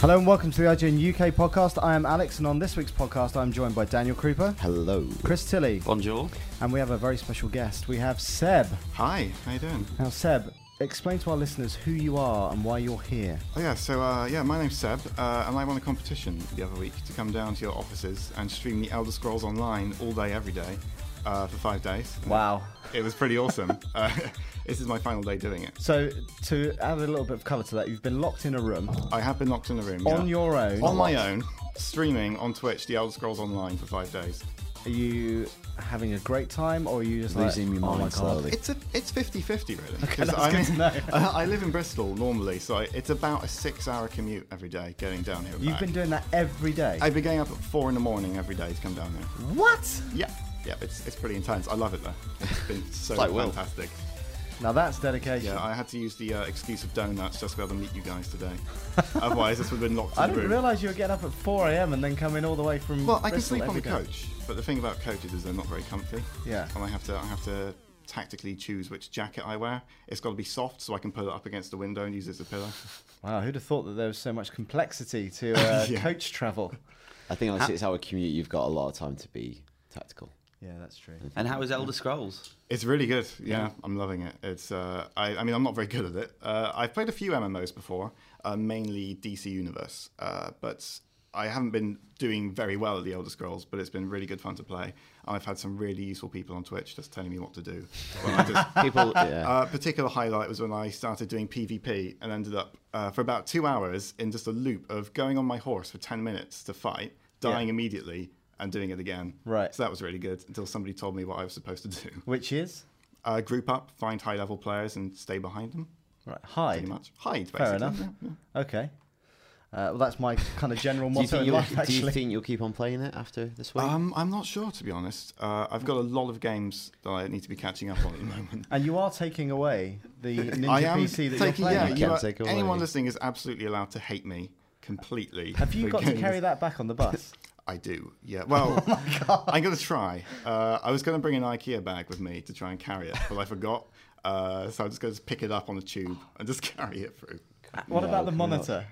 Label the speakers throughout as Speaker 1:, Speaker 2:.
Speaker 1: Hello and welcome to the IGN UK podcast. I am Alex, and on this week's podcast, I'm joined by Daniel Creeper,
Speaker 2: Hello.
Speaker 1: Chris Tilley,
Speaker 3: Bonjour.
Speaker 1: and we have a very special guest. We have Seb.
Speaker 2: Hi, how you doing?
Speaker 1: Now, Seb, explain to our listeners who you are and why you're here.
Speaker 2: Oh yeah, so uh, yeah, my name's Seb, uh, and I won a competition the other week to come down to your offices and stream the Elder Scrolls Online all day, every day, uh, for five days.
Speaker 1: Wow.
Speaker 2: It was pretty awesome. uh, this is my final day doing it.
Speaker 1: So, to add a little bit of cover to that, you've been locked in a room
Speaker 2: I have been locked in a room.
Speaker 1: on
Speaker 2: yeah.
Speaker 1: your own.
Speaker 2: on my own, streaming on Twitch the Elder Scrolls Online for five days.
Speaker 1: Are you having a great time, or are you just like,
Speaker 4: Losing your
Speaker 1: oh my God.
Speaker 4: mind slowly.
Speaker 2: It's a it's 50-50 really. because
Speaker 1: that's
Speaker 2: I'm
Speaker 1: good
Speaker 2: in-
Speaker 1: to know.
Speaker 2: I live in Bristol normally, so I, it's about a six-hour commute every day going down here. and
Speaker 1: You've
Speaker 2: back.
Speaker 1: been doing that every day.
Speaker 2: I've been getting up at four in the morning every day to come down here.
Speaker 1: what?
Speaker 2: Yeah, yeah, it's, it's pretty intense. I love it though. It's been so
Speaker 3: like Will.
Speaker 2: fantastic.
Speaker 1: Now that's dedication.
Speaker 2: Yeah, I had to use the uh, excuse of donuts just to be able to meet you guys today. Otherwise, this would have been locked in
Speaker 1: I
Speaker 2: the
Speaker 1: didn't
Speaker 2: room.
Speaker 1: realise you were getting up at 4 a.m. and then coming all the way from.
Speaker 2: Well, I can
Speaker 1: Bristol
Speaker 2: sleep on the
Speaker 1: every day.
Speaker 2: coach, but the thing about coaches is they're not very comfy.
Speaker 1: Yeah.
Speaker 2: and I have to I have to tactically choose which jacket I wear. It's got to be soft so I can put it up against the window and use it as a pillow.
Speaker 1: Wow, who'd have thought that there was so much complexity to uh,
Speaker 2: Yeah.
Speaker 1: coach travel?
Speaker 4: I think on a six hour commute, you've got a lot of time to be tactical.
Speaker 1: Yeah, that's true.
Speaker 3: And how is Elder Scrolls?
Speaker 2: It's really good. Yeah, I'm loving it. It's uh, I, I mean I'm not very good at it. Uh, I've played a few MMOs before, uh, mainly DC Universe, uh, but I haven't been doing very well at the Elder Scrolls. But it's been really good fun to play. And I've had some really useful people on Twitch just telling me what to do. When I just-
Speaker 4: People, yeah.
Speaker 2: uh, particular highlight was when I started doing PvP and ended up uh, for about two hours in just a loop of going on my horse for ten minutes to fight, dying immediately, and doing it again.
Speaker 1: Right.
Speaker 2: So that was really good until somebody told me what I was supposed to do
Speaker 1: Which is
Speaker 2: uh, group up, find high level players, and stay behind them.
Speaker 1: right.
Speaker 2: Pretty
Speaker 1: Hide.
Speaker 2: much hide, basically.
Speaker 1: Fair enough.
Speaker 2: Yeah, yeah.
Speaker 1: Okay. Uh, well, that's my kind of general
Speaker 4: do, you
Speaker 1: motto
Speaker 4: think
Speaker 1: in
Speaker 4: you'll,
Speaker 1: life.
Speaker 4: do you
Speaker 1: Actually,
Speaker 4: think you'll keep on playing it after this week?
Speaker 2: Um, I'm not sure to be honest. Uh, I've got a lot of games that I need to be catching up on at the moment.
Speaker 1: and you are taking away the Ninja
Speaker 2: I am
Speaker 1: PC that you're
Speaker 2: taking.
Speaker 1: playing.
Speaker 2: yeah,
Speaker 1: on.
Speaker 2: you
Speaker 4: Can't
Speaker 2: are-
Speaker 4: take away.
Speaker 2: anyone listening is absolutely allowed to hate me completely.
Speaker 1: Have you
Speaker 2: for
Speaker 1: got to
Speaker 2: games-
Speaker 1: carry that Oh back on the bus?
Speaker 2: I do. Yeah. Well, I'm gonna try. Uh, I was gonna bring an IKEA bag with me to try and carry it, but I forgot. Uh, so I'm just gonna pick it up on a tube and just carry it through.
Speaker 1: what
Speaker 4: No,
Speaker 1: about the
Speaker 4: can we not-
Speaker 1: monitor?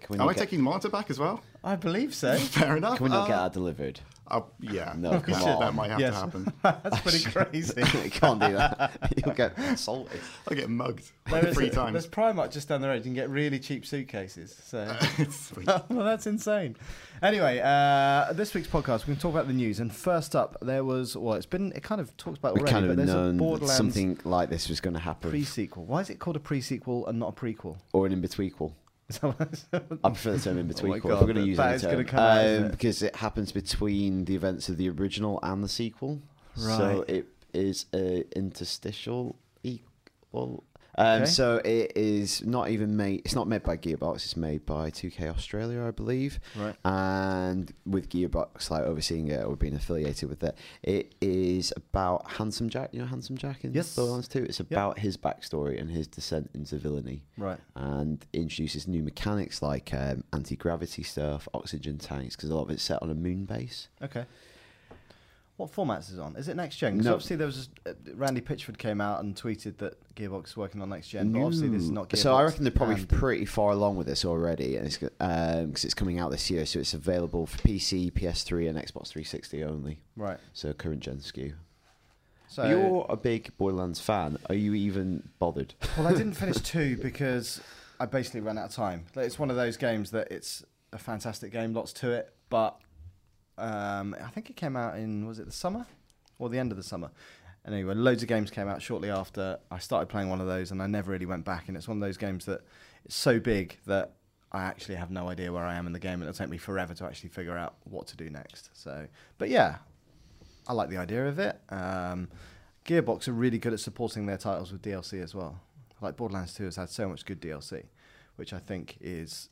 Speaker 4: Can we
Speaker 2: Am
Speaker 4: not,
Speaker 2: I
Speaker 4: get,
Speaker 2: taking the monitor back as well?
Speaker 1: I believe so.
Speaker 2: Fair enough.
Speaker 4: can we not
Speaker 2: Uh,
Speaker 4: get that delivered?
Speaker 2: uh, yeah.
Speaker 4: No, come
Speaker 2: Shit, that
Speaker 4: on.
Speaker 2: might have
Speaker 1: Yes.
Speaker 2: to happen.
Speaker 1: that's pretty crazy.
Speaker 4: Can't do that. You'll get assaulted.
Speaker 2: I get mugged
Speaker 1: There is-
Speaker 2: three
Speaker 1: There's
Speaker 2: times.
Speaker 1: Primark just down the road. You can get really cheap suitcases. So.
Speaker 2: Sweet.
Speaker 1: well, that's insane. Anyway, uh, this week's podcast, we're going to talk about the news. And first up, there was, well, it's been, it kind of talked about
Speaker 4: We
Speaker 1: already,
Speaker 4: kind
Speaker 1: but
Speaker 4: of
Speaker 1: there's a
Speaker 4: known that
Speaker 1: Borderlands
Speaker 4: something like this was going to happen,
Speaker 1: pre sequel. Why is it called a pre sequel and not a prequel?
Speaker 4: or an in betweenquel.
Speaker 1: Is that what it's-
Speaker 4: I prefer the term in between.
Speaker 1: Oh my
Speaker 4: if we're
Speaker 1: God,
Speaker 4: going to
Speaker 1: that-
Speaker 4: use
Speaker 1: that
Speaker 4: any
Speaker 1: is
Speaker 4: term. Um,
Speaker 1: gonna come out, isn't it?
Speaker 4: because it happens between the events of the original and the sequel. So
Speaker 1: Right.
Speaker 4: it is a interstitial equal Um,
Speaker 1: Okay.
Speaker 4: So it is not even made. It's not made by Gearbox. It's made by 2K Australia, I believe.
Speaker 1: Right.
Speaker 4: And with Gearbox like overseeing it or being affiliated with it, it is about Handsome Jack. You know Handsome Jack in
Speaker 1: Yes.
Speaker 4: Borderlands 2. It's about his backstory and his descent into villainy.
Speaker 1: Right.
Speaker 4: And introduces new mechanics like um, anti gravity stuff, oxygen tanks, because a lot of it's set on a moon base.
Speaker 1: Okay. What formats is it on? Is it next gen? Because
Speaker 4: No.
Speaker 1: obviously there was uh, Randy Pitchford came out and tweeted that Gearbox is working on next gen, but obviously this is
Speaker 4: Ooh.
Speaker 1: not Gearbox.
Speaker 4: So I reckon they're probably
Speaker 1: and-
Speaker 4: pretty far along with this already, and it's because it's coming out this year, so it's available for PC, PS3, and Xbox 360 only.
Speaker 1: right.
Speaker 4: So current gen skew.
Speaker 1: So
Speaker 4: You're a big Borderlands fan. Are you even bothered?
Speaker 1: well, I didn't finish two because I basically ran out of time. Like, It's one of those games that it's a fantastic game, lots to it, but um, I think it came out in was it the summer or the end of the summer. And anyway, loads of games came out shortly after. I started playing one of those, and I never really went back. And it's one of those games that it's so big that I actually have no idea where I am in the game. It'll take me forever to actually figure out what to do next. So, but yeah, I like the idea of it. Um, Gearbox are really good at supporting their titles with DLC as well. Like Borderlands 2 has had so much good DLC, which I think is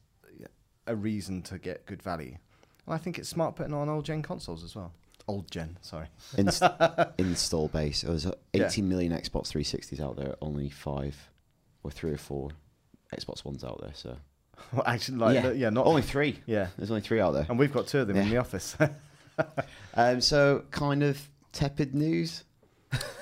Speaker 1: a reason to get good value. And I think it's smart putting on old gen consoles as well. Old gen, sorry.
Speaker 4: Inst- install base. There's uh,
Speaker 1: Yeah.
Speaker 4: 18 million Xbox 360s out there. Only five or three or four Xbox Ones out there. So
Speaker 1: Well, actually, like, yeah, yeah not
Speaker 4: only three.
Speaker 1: Yeah.
Speaker 4: There's only three out there.
Speaker 1: And we've got two of them in the office.
Speaker 4: Um, so kind of tepid news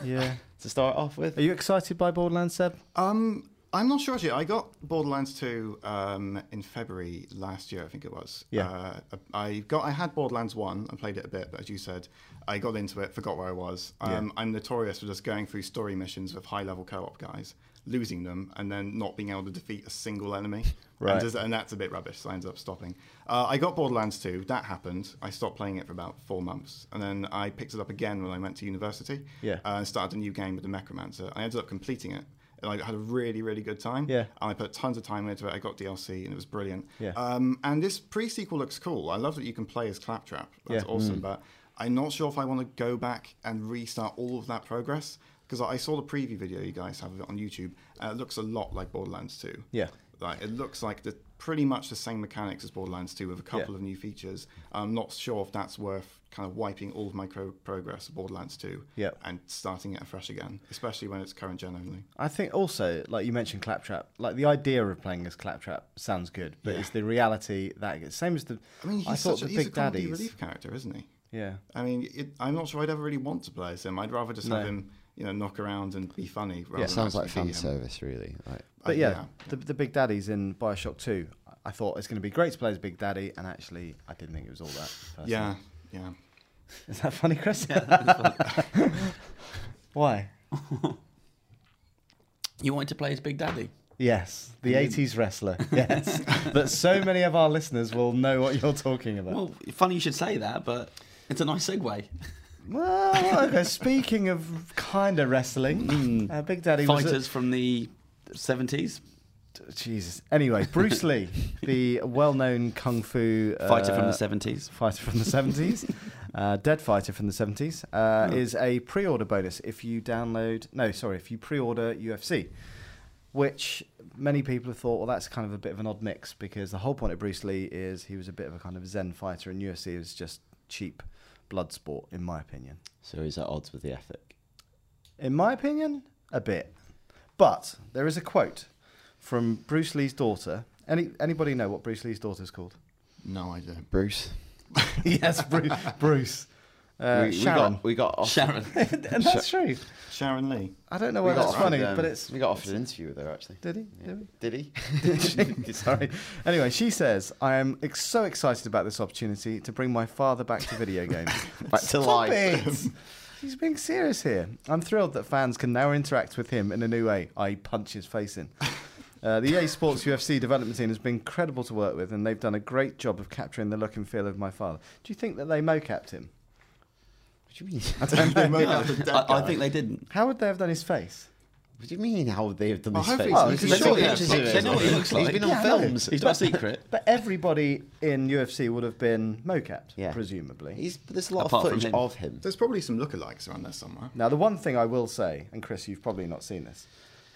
Speaker 1: yeah.
Speaker 4: to start off with.
Speaker 1: Are you excited by Borderlands, Seb?
Speaker 2: Um, I'm not sure actually. I got Borderlands 2 um, in February last year, I think it was.
Speaker 1: Yeah.
Speaker 2: Uh, I got I had Borderlands 1 and played it a bit, but as you said, I got into it, forgot where I was. Um, I'm notorious for just going through story missions with high level co op guys, losing them, and then not being able to defeat a single enemy.
Speaker 1: Right.
Speaker 2: And, just- and that's a bit rubbish, so I ended up stopping. Uh, I got Borderlands 2, that happened. I stopped playing it for about four months, and then I picked it up again when I went to university Uh,
Speaker 1: Yeah.
Speaker 2: and started a new game with the Necromancer. I ended up completing it, and I had a really, really good time.
Speaker 1: Yeah.
Speaker 2: And I put tons of time into it. I got DLC, and it was brilliant.
Speaker 1: Yeah.
Speaker 2: Um, and this pre-sequel looks cool. I love that you can play as Claptrap. That's
Speaker 1: Yeah. Mm.
Speaker 2: awesome. But I'm not sure if I want to go back and restart all of that progress because I saw the preview video you guys have of it on YouTube. And it looks a lot like Borderlands 2.
Speaker 1: Yeah.
Speaker 2: Like it looks like the pretty much the same mechanics as Borderlands 2 with a couple of new features. I'm not sure if that's worth kind of wiping all of my pro- progress of Borderlands 2
Speaker 1: Yeah.
Speaker 2: and starting it afresh again, especially when it's current gen only.
Speaker 1: I think also, like you mentioned, Claptrap. Like the idea of playing as Claptrap sounds good, but it's the reality that it's same as the.
Speaker 2: I mean, he's
Speaker 1: thought
Speaker 2: such a,
Speaker 1: the
Speaker 2: he's a
Speaker 1: Big
Speaker 2: comedy
Speaker 1: Daddies.
Speaker 2: relief character, isn't he?
Speaker 1: Yeah.
Speaker 2: I mean, it, I'm not sure I'd ever really want to play as him. I'd rather just have him, you know, knock around and be funny. Rather than
Speaker 4: Sounds like
Speaker 2: actually
Speaker 4: fan
Speaker 2: be him.
Speaker 4: service, really. Like,
Speaker 1: But
Speaker 2: Uh,
Speaker 1: yeah,
Speaker 2: yeah,
Speaker 1: The, the Big Daddies in Bioshock 2, I thought it's going to be great to play as Big Daddy, and actually, I didn't think it was all that. personally.
Speaker 2: Yeah, yeah.
Speaker 1: Is that funny, Chris? Why?
Speaker 3: You wanted to play as Big Daddy.
Speaker 1: Yes, the 80s wrestler. Yes. that so many of our listeners will know what you're talking about. Well,
Speaker 3: Well, funny you should say that, but it's a nice segue.
Speaker 1: okay, speaking of kind of wrestling, uh, Big Daddy was. a-
Speaker 3: Fighters from the 70s.
Speaker 1: Jesus. Anyway, Bruce Lee, the well-known kung fu uh,
Speaker 3: Fighter from the 70s.
Speaker 1: fighter from the seventies, uh, dead fighter from the seventies, uh,
Speaker 4: Hmm.
Speaker 1: is a pre-order bonus if you download. No, sorry, if you pre-order UFC, which many people have thought, well, that's kind of a bit of an odd mix because the whole point of Bruce Lee is he was a bit of a kind of Zen fighter, and UFC is just cheap blood sport, in my opinion.
Speaker 4: so he's at odds with the ethic.
Speaker 1: In my opinion, a bit. But there is a quote from Bruce Lee's daughter. Any, anybody know what Bruce Lee's daughter's called?
Speaker 2: No, I don't.
Speaker 4: Bruce.
Speaker 1: yes, Bruce. Bruce. Uh,
Speaker 4: we, we
Speaker 1: Sharon.
Speaker 4: got we got off,
Speaker 3: Sharon.
Speaker 1: and that's true.
Speaker 2: Sharon Lee.
Speaker 1: I don't know
Speaker 4: we
Speaker 1: why
Speaker 4: got
Speaker 1: that's
Speaker 4: offered,
Speaker 1: funny,
Speaker 4: um,
Speaker 1: but it's.
Speaker 4: we got offered an interview with her actually.
Speaker 1: Did he? Did he?
Speaker 4: Did he?
Speaker 1: Sorry. Anyway, she says, I am ex- so excited about this opportunity to bring my father back to video games.
Speaker 4: Back to life.
Speaker 1: it! She's being serious here. I'm thrilled that fans can now interact with him in a new way, i.e., punch his face in. Uh, the EA Sports UFC development team has been incredible to work with, and they've done a great job of capturing the look and feel of my father. Do you think that they mo-capped him?
Speaker 4: What do you mean?
Speaker 1: I don't know.
Speaker 3: I, I think they didn't.
Speaker 1: How would they have done his face?
Speaker 4: What do you mean? How would they have done
Speaker 2: Well,
Speaker 4: this?
Speaker 2: hopefully it's
Speaker 4: face? We've
Speaker 2: not-
Speaker 4: got
Speaker 2: Yeah,
Speaker 4: pictures of
Speaker 2: they
Speaker 4: him.
Speaker 3: know what he looks
Speaker 4: He's
Speaker 3: like.
Speaker 4: been on
Speaker 1: Yeah, I know.
Speaker 4: films.
Speaker 3: He's not a secret.
Speaker 1: But everybody in UFC would have been mo-capped,
Speaker 4: Yeah.
Speaker 1: presumably.
Speaker 4: He's, there's a lot
Speaker 3: Apart
Speaker 4: of
Speaker 3: from
Speaker 4: footage
Speaker 3: him.
Speaker 4: of him.
Speaker 2: There's probably some lookalikes around there somewhere.
Speaker 1: Now, the one thing I will say, and Chris, you've probably not seen this,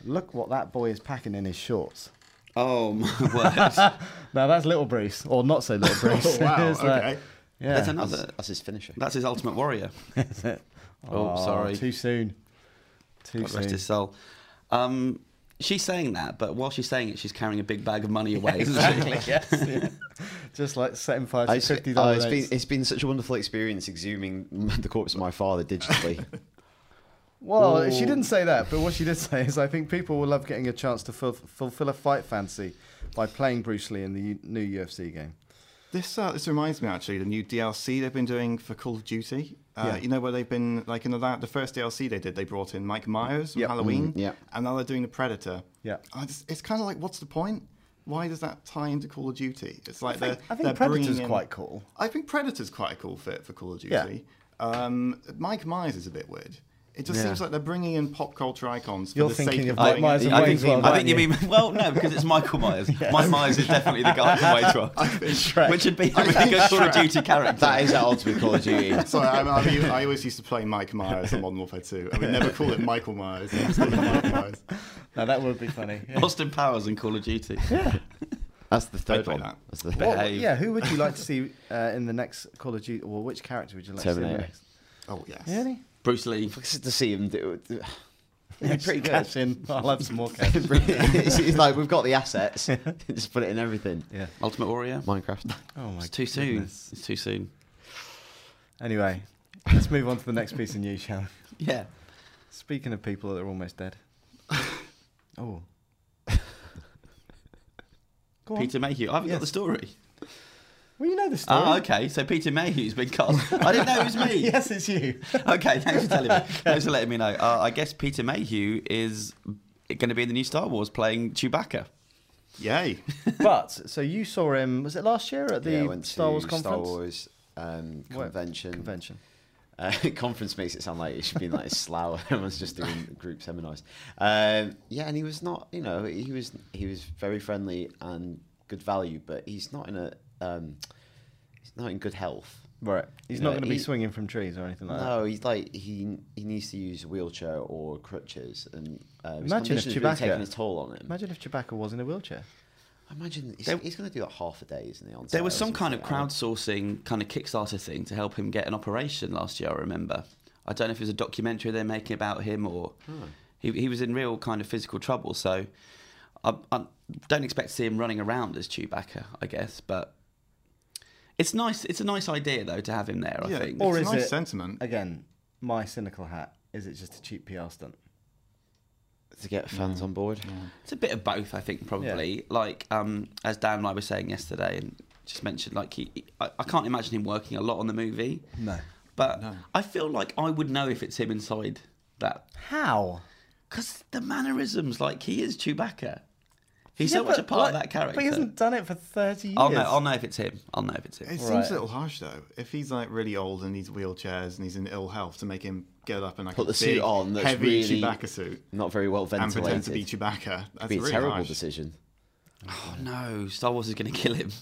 Speaker 1: Look what that boy is packing in his shorts.
Speaker 3: Oh my word!
Speaker 1: Now that's little Bruce, or not so little Bruce.
Speaker 2: wow,
Speaker 1: It's like-
Speaker 2: okay.
Speaker 1: yeah.
Speaker 3: That's another.
Speaker 4: That's his finisher.
Speaker 3: That's his ultimate warrior. Oh,
Speaker 1: Aw,
Speaker 3: sorry.
Speaker 1: Too soon. Too
Speaker 3: God
Speaker 1: soon.
Speaker 3: rest his soul. Um, she's saying that, but while she's saying it, she's carrying a big bag of money away. Exactly.
Speaker 1: Just like setting fire
Speaker 4: I
Speaker 1: to
Speaker 4: just-
Speaker 1: fifty
Speaker 4: oh,
Speaker 1: dollars.
Speaker 4: it's been it's been such a wonderful experience exhuming the corpse of my father digitally.
Speaker 1: well, she didn't say that, but what she did say is, I think people will love getting a chance to ful- fulfill a fight fantasy by playing Bruce Lee in the U- new UFC game.
Speaker 2: This uh, this reminds me actually the new DLC they've been doing for Call of Duty. Uh,
Speaker 1: Yeah.
Speaker 2: You know where they've been like in the la- the first DLC they did they brought in Mike Myers from
Speaker 1: Yep.
Speaker 2: Halloween.
Speaker 4: Mm, yep.
Speaker 2: And now they're doing the Predator.
Speaker 1: Mm-hmm. Yeah.
Speaker 2: I just, it's kind of like what's the point? Why does that tie into Call of Duty? It's like
Speaker 1: think-
Speaker 2: they're
Speaker 1: I think
Speaker 2: they're
Speaker 1: Predator's
Speaker 2: bringing in-
Speaker 1: quite cool.
Speaker 2: I think Predator's quite a cool fit for Call of Duty.
Speaker 1: Yeah.
Speaker 2: Um, Mike Myers is a bit weird. It just
Speaker 3: Yeah.
Speaker 2: seems like they're bringing in pop culture icons. For
Speaker 1: You're
Speaker 2: the
Speaker 1: thinking
Speaker 2: sake
Speaker 1: of
Speaker 2: of
Speaker 1: Mike
Speaker 2: doing
Speaker 1: Myers
Speaker 2: it.
Speaker 1: and
Speaker 3: I
Speaker 1: Wayne's
Speaker 3: think,
Speaker 1: World,
Speaker 3: I think you
Speaker 1: aren't you?
Speaker 3: mean well, no, because it's Michael Myers. Mike Myers is definitely the guy from Wayne's World, which would be a really good Call of Duty character.
Speaker 4: that is at odds with Call of Duty.
Speaker 2: Sorry, I, I, I always used to play Mike Myers in Modern Warfare 2. I would never call it Michael Myers. I just call it Mike Myers.
Speaker 1: Now that would be funny.
Speaker 3: Austin Powers in Call of Duty.
Speaker 4: That's the third
Speaker 2: play
Speaker 4: one.
Speaker 2: that.
Speaker 4: That's the
Speaker 1: What-
Speaker 3: Behave.
Speaker 1: uh, yeah, who would you like to see uh, in the next Call of Duty? Or which character would you like
Speaker 4: Terminator.
Speaker 1: to see
Speaker 2: Oh, yes.
Speaker 1: in the next?
Speaker 3: Bruce Lee.
Speaker 4: to see him do. do-
Speaker 1: Really?
Speaker 4: It'd be pretty good.
Speaker 1: Cash in. I'll have some more cash.
Speaker 4: it's, it's like we've got the assets. Just put it in everything.
Speaker 1: yeah.
Speaker 3: Ultimate Warrior.
Speaker 4: Minecraft.
Speaker 1: Oh my.
Speaker 3: It's too soon. It's too soon.
Speaker 1: Anyway, let's move on to the next piece of news, shall we?
Speaker 3: Yeah.
Speaker 1: Speaking of people that are almost dead. Oh. Go on.
Speaker 3: Peter Mayhew. I haven't
Speaker 1: Yes.
Speaker 3: got the story.
Speaker 1: Well, you know the story.
Speaker 3: Ah, okay. So Peter Mayhew's been cast. I didn't know it was me.
Speaker 1: Yes, it's you.
Speaker 3: Okay, thanks for telling me. Thanks for letting me know. Uh, I guess Peter Mayhew is going to be in the new Star Wars playing Chewbacca.
Speaker 2: Yay.
Speaker 1: but so you saw him? Was it last year at the
Speaker 4: yeah, I went
Speaker 1: Star
Speaker 4: to
Speaker 1: Wars conference?
Speaker 4: Star Wars um,
Speaker 1: What?
Speaker 4: convention.
Speaker 1: Convention.
Speaker 4: Uh, conference makes it sound like it should be in, like Slough. Everyone's just doing group seminars. Um, yeah, and he was not. You know, he was he was very friendly and good value, but he's not in a. Um, he's not in good health.
Speaker 1: Right. He's
Speaker 4: You
Speaker 1: not
Speaker 4: know,
Speaker 1: going to be
Speaker 4: he-
Speaker 1: swinging from trees or anything like that.
Speaker 4: No, he's like he he needs to use a wheelchair or crutches, and um,
Speaker 1: Imagine
Speaker 4: his
Speaker 1: if
Speaker 4: condition's really
Speaker 1: Chewbacca-
Speaker 4: taking a toll on him.
Speaker 1: Imagine if Chewbacca was in a wheelchair.
Speaker 4: Imagine he's,
Speaker 3: There-
Speaker 4: he's going to do that half a day, isn't he? On
Speaker 3: There was
Speaker 4: sale or
Speaker 3: some kind of
Speaker 4: something? I would-
Speaker 3: crowdsourcing kind of Kickstarter thing to help him get an operation last year. I remember. I don't know if it was a documentary they're making about him or
Speaker 2: Hmm.
Speaker 3: he, he was in real kind of physical trouble. So I, I don't expect to see him running around as Chewbacca. I guess, but it's nice. It's a nice idea though to have him there. I
Speaker 2: Yeah.
Speaker 3: think.
Speaker 2: Or- It's a nice sentiment.
Speaker 1: Again, my cynical hat. Is it just a cheap PR stunt?
Speaker 4: to get fans on board.
Speaker 3: It's a bit of both, I think, probably. Like, um, as Dan and I were saying yesterday, and just mentioned, like, he, I, I can't imagine him working a lot on the movie.
Speaker 1: No.
Speaker 3: But I feel like I would know if it's him inside that.
Speaker 1: How?
Speaker 3: Because the mannerisms, like, he is Chewbacca. He's so much a part of that character.
Speaker 1: But he hasn't done it for 30 years.
Speaker 3: I'll, know, I'll know if it's him. I'll know if it's him.
Speaker 2: It
Speaker 1: Right.
Speaker 2: seems a little harsh, though. If he's like really old and needs wheelchairs and he's in ill health, to make him get up and like a
Speaker 4: Put the suit
Speaker 2: big,
Speaker 4: on that's
Speaker 2: heavy
Speaker 4: really
Speaker 2: Chewbacca suit
Speaker 4: Not very well
Speaker 2: and pretend
Speaker 4: ventilated.
Speaker 2: to be Chewbacca. That's
Speaker 4: be a
Speaker 2: really
Speaker 4: terrible
Speaker 2: harsh.
Speaker 4: decision.
Speaker 3: Oh, no. Star Wars is going to kill him.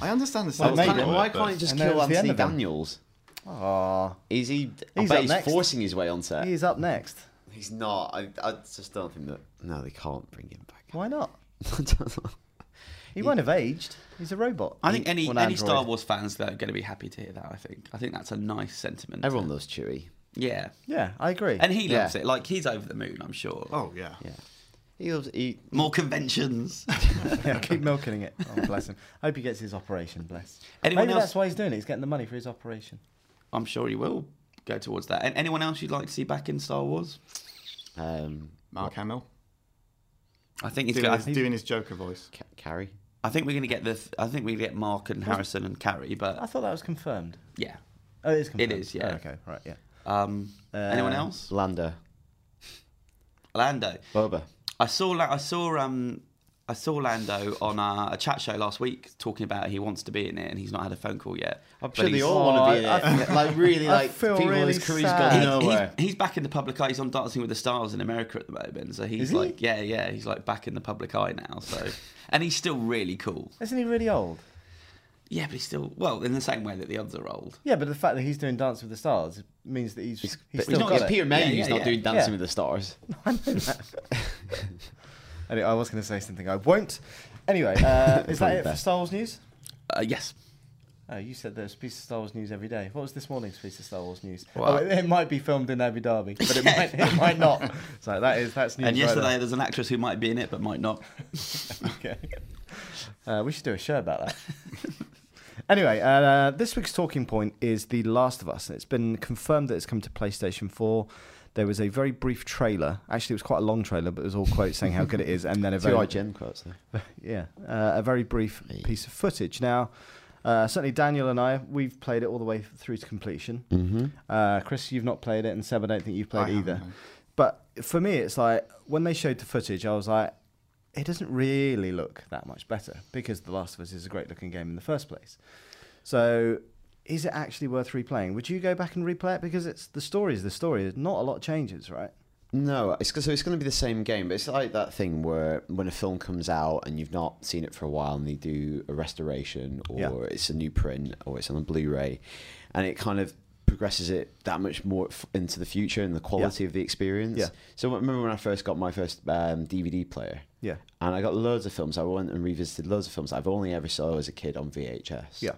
Speaker 2: I understand the
Speaker 1: Well,
Speaker 2: sentiment.
Speaker 1: made
Speaker 2: of
Speaker 1: it.
Speaker 2: it,
Speaker 4: why
Speaker 2: but
Speaker 4: can't he just
Speaker 1: And
Speaker 4: kill
Speaker 1: there's the end
Speaker 4: Anthony
Speaker 1: of him.
Speaker 4: Daniels?
Speaker 1: Aw.
Speaker 4: Is he? I
Speaker 1: He's
Speaker 4: bet
Speaker 1: up
Speaker 4: he's
Speaker 1: next.
Speaker 4: forcing his way on set.
Speaker 1: He's up next.
Speaker 4: He's not. I, I just don't think that. No, they can't bring him back.
Speaker 1: Why not?
Speaker 4: I don't know.
Speaker 1: He won't have aged. He's a robot.
Speaker 3: I think any,
Speaker 1: Or an
Speaker 3: any Star
Speaker 1: android.
Speaker 3: Wars fans, though, are going to be happy to hear that, I think. I think that's a nice sentiment.
Speaker 4: Everyone loves Chewie.
Speaker 3: Yeah.
Speaker 1: Yeah, I agree.
Speaker 3: And he loves
Speaker 4: Yeah.
Speaker 3: it. Like, he's over the moon, I'm sure.
Speaker 2: Oh yeah.
Speaker 4: Yeah, he loves. He,
Speaker 3: More conventions.
Speaker 1: yeah, keep milking it. Oh, bless him. I hope he gets his operation, bless.
Speaker 3: Anyone
Speaker 1: Maybe
Speaker 3: else-
Speaker 1: that's why he's doing it. He's getting the money for his operation.
Speaker 3: I'm sure he will go towards that. And anyone else you'd like to see back in Star Wars?
Speaker 4: um,
Speaker 2: Mark Hamill
Speaker 3: I think he's
Speaker 2: doing
Speaker 3: gonna,
Speaker 2: his, doing his Joker voice.
Speaker 4: Ca- Carrie.
Speaker 3: I think we're going to get the. I think we get Mark and Harrison and Carrie,
Speaker 1: I
Speaker 3: but
Speaker 1: thought that was confirmed.
Speaker 3: yeah.
Speaker 1: Oh, it is confirmed.
Speaker 3: is, yeah.
Speaker 1: Oh, okay, right, yeah.
Speaker 3: Um, anyone
Speaker 1: Uh,
Speaker 3: else?
Speaker 4: Lando.
Speaker 3: Lando.
Speaker 4: Boba.
Speaker 3: I saw. La- I saw. Um, I saw Lando on a, a chat show last week talking about he wants to be in it and he's not had a phone call yet.
Speaker 4: I'm
Speaker 3: But
Speaker 4: sure they
Speaker 3: he's-
Speaker 4: all want to be in
Speaker 1: Aw, I-
Speaker 4: it. like really,
Speaker 1: I
Speaker 4: like
Speaker 1: feel
Speaker 4: people
Speaker 1: really
Speaker 4: his career's
Speaker 1: sad.
Speaker 4: gone
Speaker 3: He-
Speaker 1: uh,
Speaker 4: nowhere.
Speaker 3: he's, he's back in the public eye. He's on Dancing with the Stars in America at the moment, so he's
Speaker 1: Is he?
Speaker 3: like, yeah, yeah, he's like back in the public eye now. So, and he's still really cool.
Speaker 1: Isn't he really old?
Speaker 3: Yeah, but he's still well in the same way that the odds are old.
Speaker 1: Yeah, but the fact that he's doing Dance with the Stars means that he's he's,
Speaker 4: But
Speaker 1: still
Speaker 4: not,
Speaker 1: got
Speaker 4: it's
Speaker 1: it.
Speaker 4: Peter May
Speaker 3: Yeah,
Speaker 4: who's
Speaker 3: yeah,
Speaker 4: not
Speaker 3: yeah.
Speaker 4: doing Dancing
Speaker 1: Yeah.
Speaker 4: with the Stars.
Speaker 1: Anyway, I was going to say something I won't. Anyway, uh, is that
Speaker 4: Probably
Speaker 1: it for
Speaker 4: best.
Speaker 1: Star Wars news?
Speaker 3: Uh, yes.
Speaker 1: Oh, you said there's a piece of Star Wars news every day. What was this morning's piece of Star Wars news?
Speaker 3: Wow.
Speaker 1: Oh, it, it might be filmed in Abu Dhabi, but it,
Speaker 3: Yeah.
Speaker 1: might, it might not. So that is that's news.
Speaker 3: and
Speaker 1: right
Speaker 3: yesterday
Speaker 1: there.
Speaker 3: there's an actress who might be in it but might not.
Speaker 1: okay. Uh, we should do a show about that. anyway, uh, this week's talking point is The Last of Us, and it's been confirmed that it's come to PlayStation 4. There was a very brief trailer. Actually, it was quite a long trailer, but it was all quotes saying how good it is, and then a
Speaker 4: Two
Speaker 1: very
Speaker 4: IGN quotes though.
Speaker 1: yeah, uh, a very brief piece of footage. Now, uh, certainly Daniel and I, we've played it all the way through to completion. Mm-hmm. Uh, Chris, you've not played it, and Seb, I don't think you've played
Speaker 2: I haven't,
Speaker 1: either.
Speaker 2: no.
Speaker 1: But for me, it's like when they showed the footage, I was like, it doesn't really look that much better because The Last of Us is a great looking game in the first place. So. Is it actually worth replaying? Would you go back and replay it because it's the story is the story. Not a lot changes, right?
Speaker 4: No, it's, so it's going to be the same game, but it's like that thing where when a film comes out and you've not seen it for a while, and they do a restoration, or
Speaker 1: Yeah.
Speaker 4: it's a new print, or it's on a Blu-ray, and it kind of progresses it that much more f- into the future and the quality of the experience.
Speaker 1: Yeah.
Speaker 4: So I remember when I first got my first um, DVD player.
Speaker 1: Yeah.
Speaker 4: And I got loads of films. I went and revisited loads of films I've only ever saw as a kid on VHS.
Speaker 1: Yeah.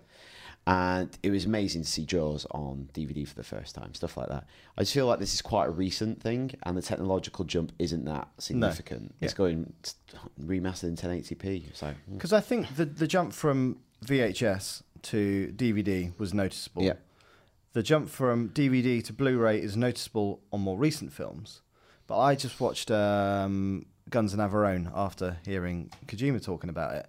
Speaker 4: And it was amazing to see Jaws on DVD for the first time, stuff like that. I just feel like this is quite a recent thing, and the technological jump isn't that significant. It's
Speaker 1: Yeah.
Speaker 4: going remastered in 1080p. So, mm.
Speaker 1: Because I think the the jump from VHS to DVD was noticeable.
Speaker 4: Yeah.
Speaker 1: The jump from DVD to Blu-ray is noticeable on more recent films, but I just watched um, Guns and Navarone after hearing Kojima talking about it,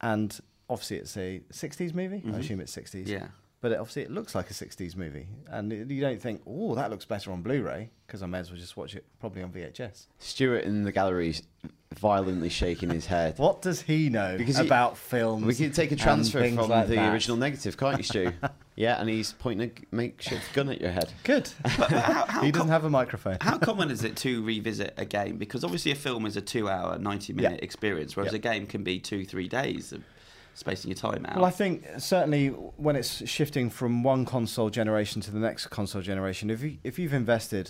Speaker 1: and obviously it's a '60s movie.
Speaker 4: Mm-hmm.
Speaker 1: I assume it's '60s.
Speaker 3: Yeah.
Speaker 1: But it, obviously it looks like a '60s movie, and it- you don't think, "Oh, that looks better on Blu-ray," because I may as well just watch it probably on VHS.
Speaker 4: Stuart in the gallery is violently shaking his head.
Speaker 1: What does he know
Speaker 4: Because he-
Speaker 1: about films?
Speaker 4: We can take a
Speaker 1: and
Speaker 4: transfer
Speaker 1: things
Speaker 4: from
Speaker 1: like
Speaker 4: the
Speaker 1: that?
Speaker 4: original negative, can't you, Stu? yeah, and he's pointing a makeshift gun at your head.
Speaker 1: Good. he doesn't have a microphone.
Speaker 3: How common is it to revisit a game? Because obviously a film is a two-hour, ninety-minute
Speaker 1: Yeah.
Speaker 3: experience, whereas
Speaker 1: Yeah.
Speaker 3: a game can be two, three days of spacing your time out.
Speaker 1: Well, I think certainly when it's shifting from one console generation to the next console generation, if you, if you've invested,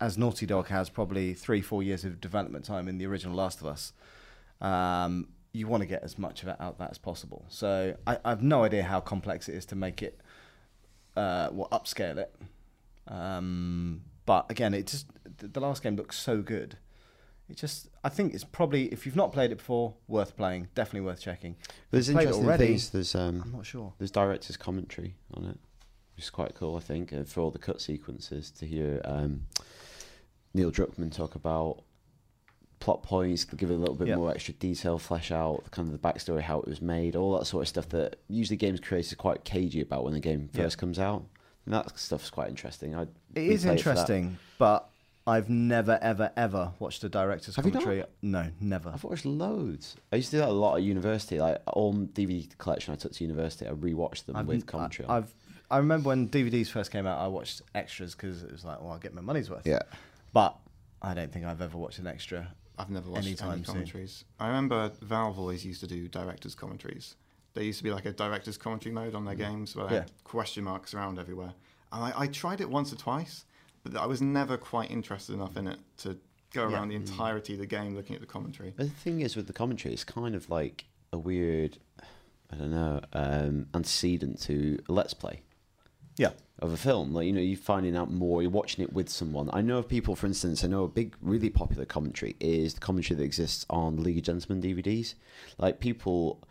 Speaker 1: as Naughty Dog has, probably three four years of development time in the original Last of Us, um, you want to get as much of it out of that as possible. So I, I've no idea how complex it is to make it, uh, well, upscale it. Um, but again, it just the the last game looks so good. It just, I think it's probably if you've not played it before, worth playing. Definitely worth checking.
Speaker 4: There's
Speaker 1: Played it
Speaker 4: interesting
Speaker 1: already.
Speaker 4: things. There's um,
Speaker 1: I'm not sure.
Speaker 4: There's director's commentary on it, which is quite cool, I think, uh, for all the cut sequences to hear um, Neil Druckmann talk about plot points, give it a little bit
Speaker 1: Yeah.
Speaker 4: more extra detail, flesh out kind of the backstory, how it was made, all that sort of stuff that usually games creators are quite cagey about when the game
Speaker 1: Yeah.
Speaker 4: first comes out. And that stuff's quite interesting. I'd
Speaker 1: It is
Speaker 4: replay for that.
Speaker 1: interesting, but I've never, ever, ever watched a director's
Speaker 4: Have you not?
Speaker 1: commentary. No, never.
Speaker 4: I've watched loads. I used to do that a lot at university. Like all my DVD collection I took to university, I rewatched them
Speaker 1: I've-
Speaker 4: with commentary.
Speaker 1: I,
Speaker 4: on.
Speaker 1: have I remember when DVDs first came out, I watched extras because it was like, well, I'll get my money's worth.
Speaker 4: Yeah.
Speaker 1: But I don't think I've ever watched an extra.
Speaker 2: I've never watched any
Speaker 1: Anytime soon.
Speaker 2: commentaries. I remember Valve always used to do directors' commentaries. There used to be like a directors' commentary mode on their games where they had
Speaker 1: Mm. Yeah.
Speaker 2: question marks around everywhere. And I, I tried it once or twice, but I was never quite interested enough in it to
Speaker 1: Yeah.
Speaker 2: go
Speaker 1: Mm.
Speaker 2: around the entirety of the game looking at the commentary.
Speaker 4: But the thing is with the commentary, it's kind of like a weird, I don't know, um, antecedent to a let's play
Speaker 1: Yeah.
Speaker 4: of a film. Like you know, you're finding out more. You're watching it with someone. I know of people, for instance. I know a big, really popular commentary is the commentary that exists on League of Gentlemen DVDs. Like people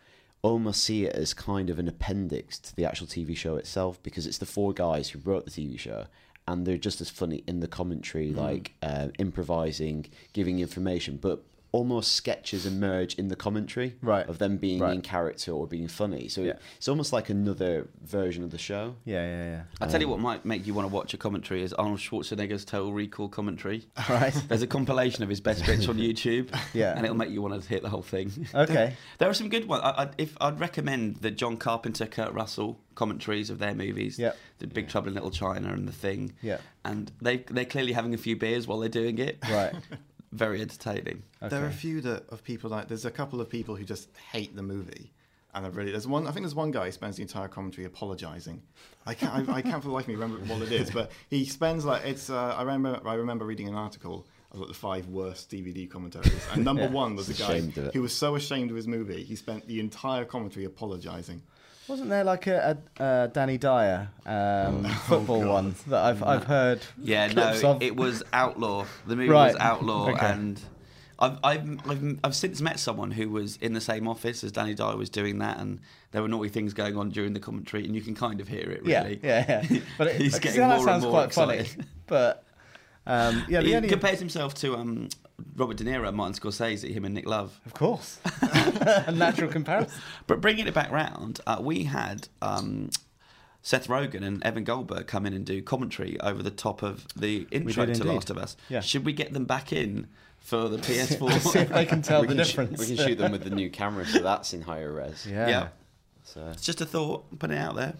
Speaker 4: almost see it as kind of an appendix to the actual TV show itself because it's the four guys who wrote the TV show. And they're just as funny in the commentary,
Speaker 1: Mm.
Speaker 4: like um improvising, giving information, but almost sketches emerge in the commentary
Speaker 1: Right.
Speaker 4: of them being
Speaker 1: Right.
Speaker 4: in character or being funny. So
Speaker 1: Yeah.
Speaker 4: it's almost like another version of the show.
Speaker 1: Yeah, yeah,
Speaker 3: I tell you what might make you want to watch a commentary is Arnold Schwarzenegger's Total Recall commentary.
Speaker 1: yeah. Right.
Speaker 3: There's a compilation of his best bits on YouTube,
Speaker 1: Yeah.
Speaker 3: and it'll make you want to hit the whole thing.
Speaker 1: Okay.
Speaker 3: There are some good ones. I, I, if I'd recommend the John Carpenter, Kurt Russell commentaries of their movies.
Speaker 1: Yep.
Speaker 3: The Big Trouble in Little China and The Thing.
Speaker 1: Yeah.
Speaker 3: And they they're clearly having a few beers while they're doing it.
Speaker 1: Right. Uh,
Speaker 3: Very entertaining.
Speaker 2: There are a
Speaker 1: Okay.
Speaker 2: few that, of people like there's a couple of people who just hate the movie, And I really, there's one. I think there's one guy who spends the entire commentary apologising. I can't, I, I can't for the life of me remember what it is, but he spends like it's. Uh, I remember, I remember reading an article of like the five worst DVD commentaries, and number
Speaker 4: Yeah,
Speaker 2: one was the
Speaker 4: he's
Speaker 2: guy
Speaker 4: ashamed of it.
Speaker 2: who was so ashamed of his movie he spent the entire commentary apologising.
Speaker 1: Wasn't there like a, a, uh Danny Dyer
Speaker 4: Oh,
Speaker 1: um, football
Speaker 2: God.
Speaker 1: one that I've, I've heard?
Speaker 3: Yeah,
Speaker 1: clips
Speaker 3: no,
Speaker 1: of?
Speaker 3: it was Outlaw. The movie
Speaker 1: Right.
Speaker 3: was Outlaw,
Speaker 1: Okay.
Speaker 3: and I've, I've, I've, I've since met someone who was in the same office as Danny Dyer was doing that, and there were naughty things going on during the commentary, and you can kind of hear it,
Speaker 1: Yeah,
Speaker 3: really.
Speaker 1: yeah, yeah. But it,
Speaker 3: He's
Speaker 1: I can see
Speaker 3: getting
Speaker 1: how that
Speaker 3: more and
Speaker 1: sounds
Speaker 3: more
Speaker 1: quite funny.
Speaker 3: excited.
Speaker 1: But um, yeah, the
Speaker 3: he
Speaker 1: only
Speaker 3: compares himself to um, Robert De Niro, Martin Scorsese, him and Nick Love.
Speaker 1: of course a natural comparison.
Speaker 3: But bringing it back round, uh, we had um, Seth Rogen and Evan Goldberg come in and do commentary over the top of the intro to
Speaker 1: indeed.
Speaker 3: Last of Us.
Speaker 1: Yeah.
Speaker 3: Should we get them back in for the
Speaker 1: See if
Speaker 3: PS4?
Speaker 1: they can tell
Speaker 4: we
Speaker 1: the
Speaker 4: can sh-
Speaker 1: difference.
Speaker 4: we can shoot them with the new camera, so that's in higher res.
Speaker 1: yeah.
Speaker 3: yeah.
Speaker 4: So
Speaker 3: It's just a thought, I'm putting it out there.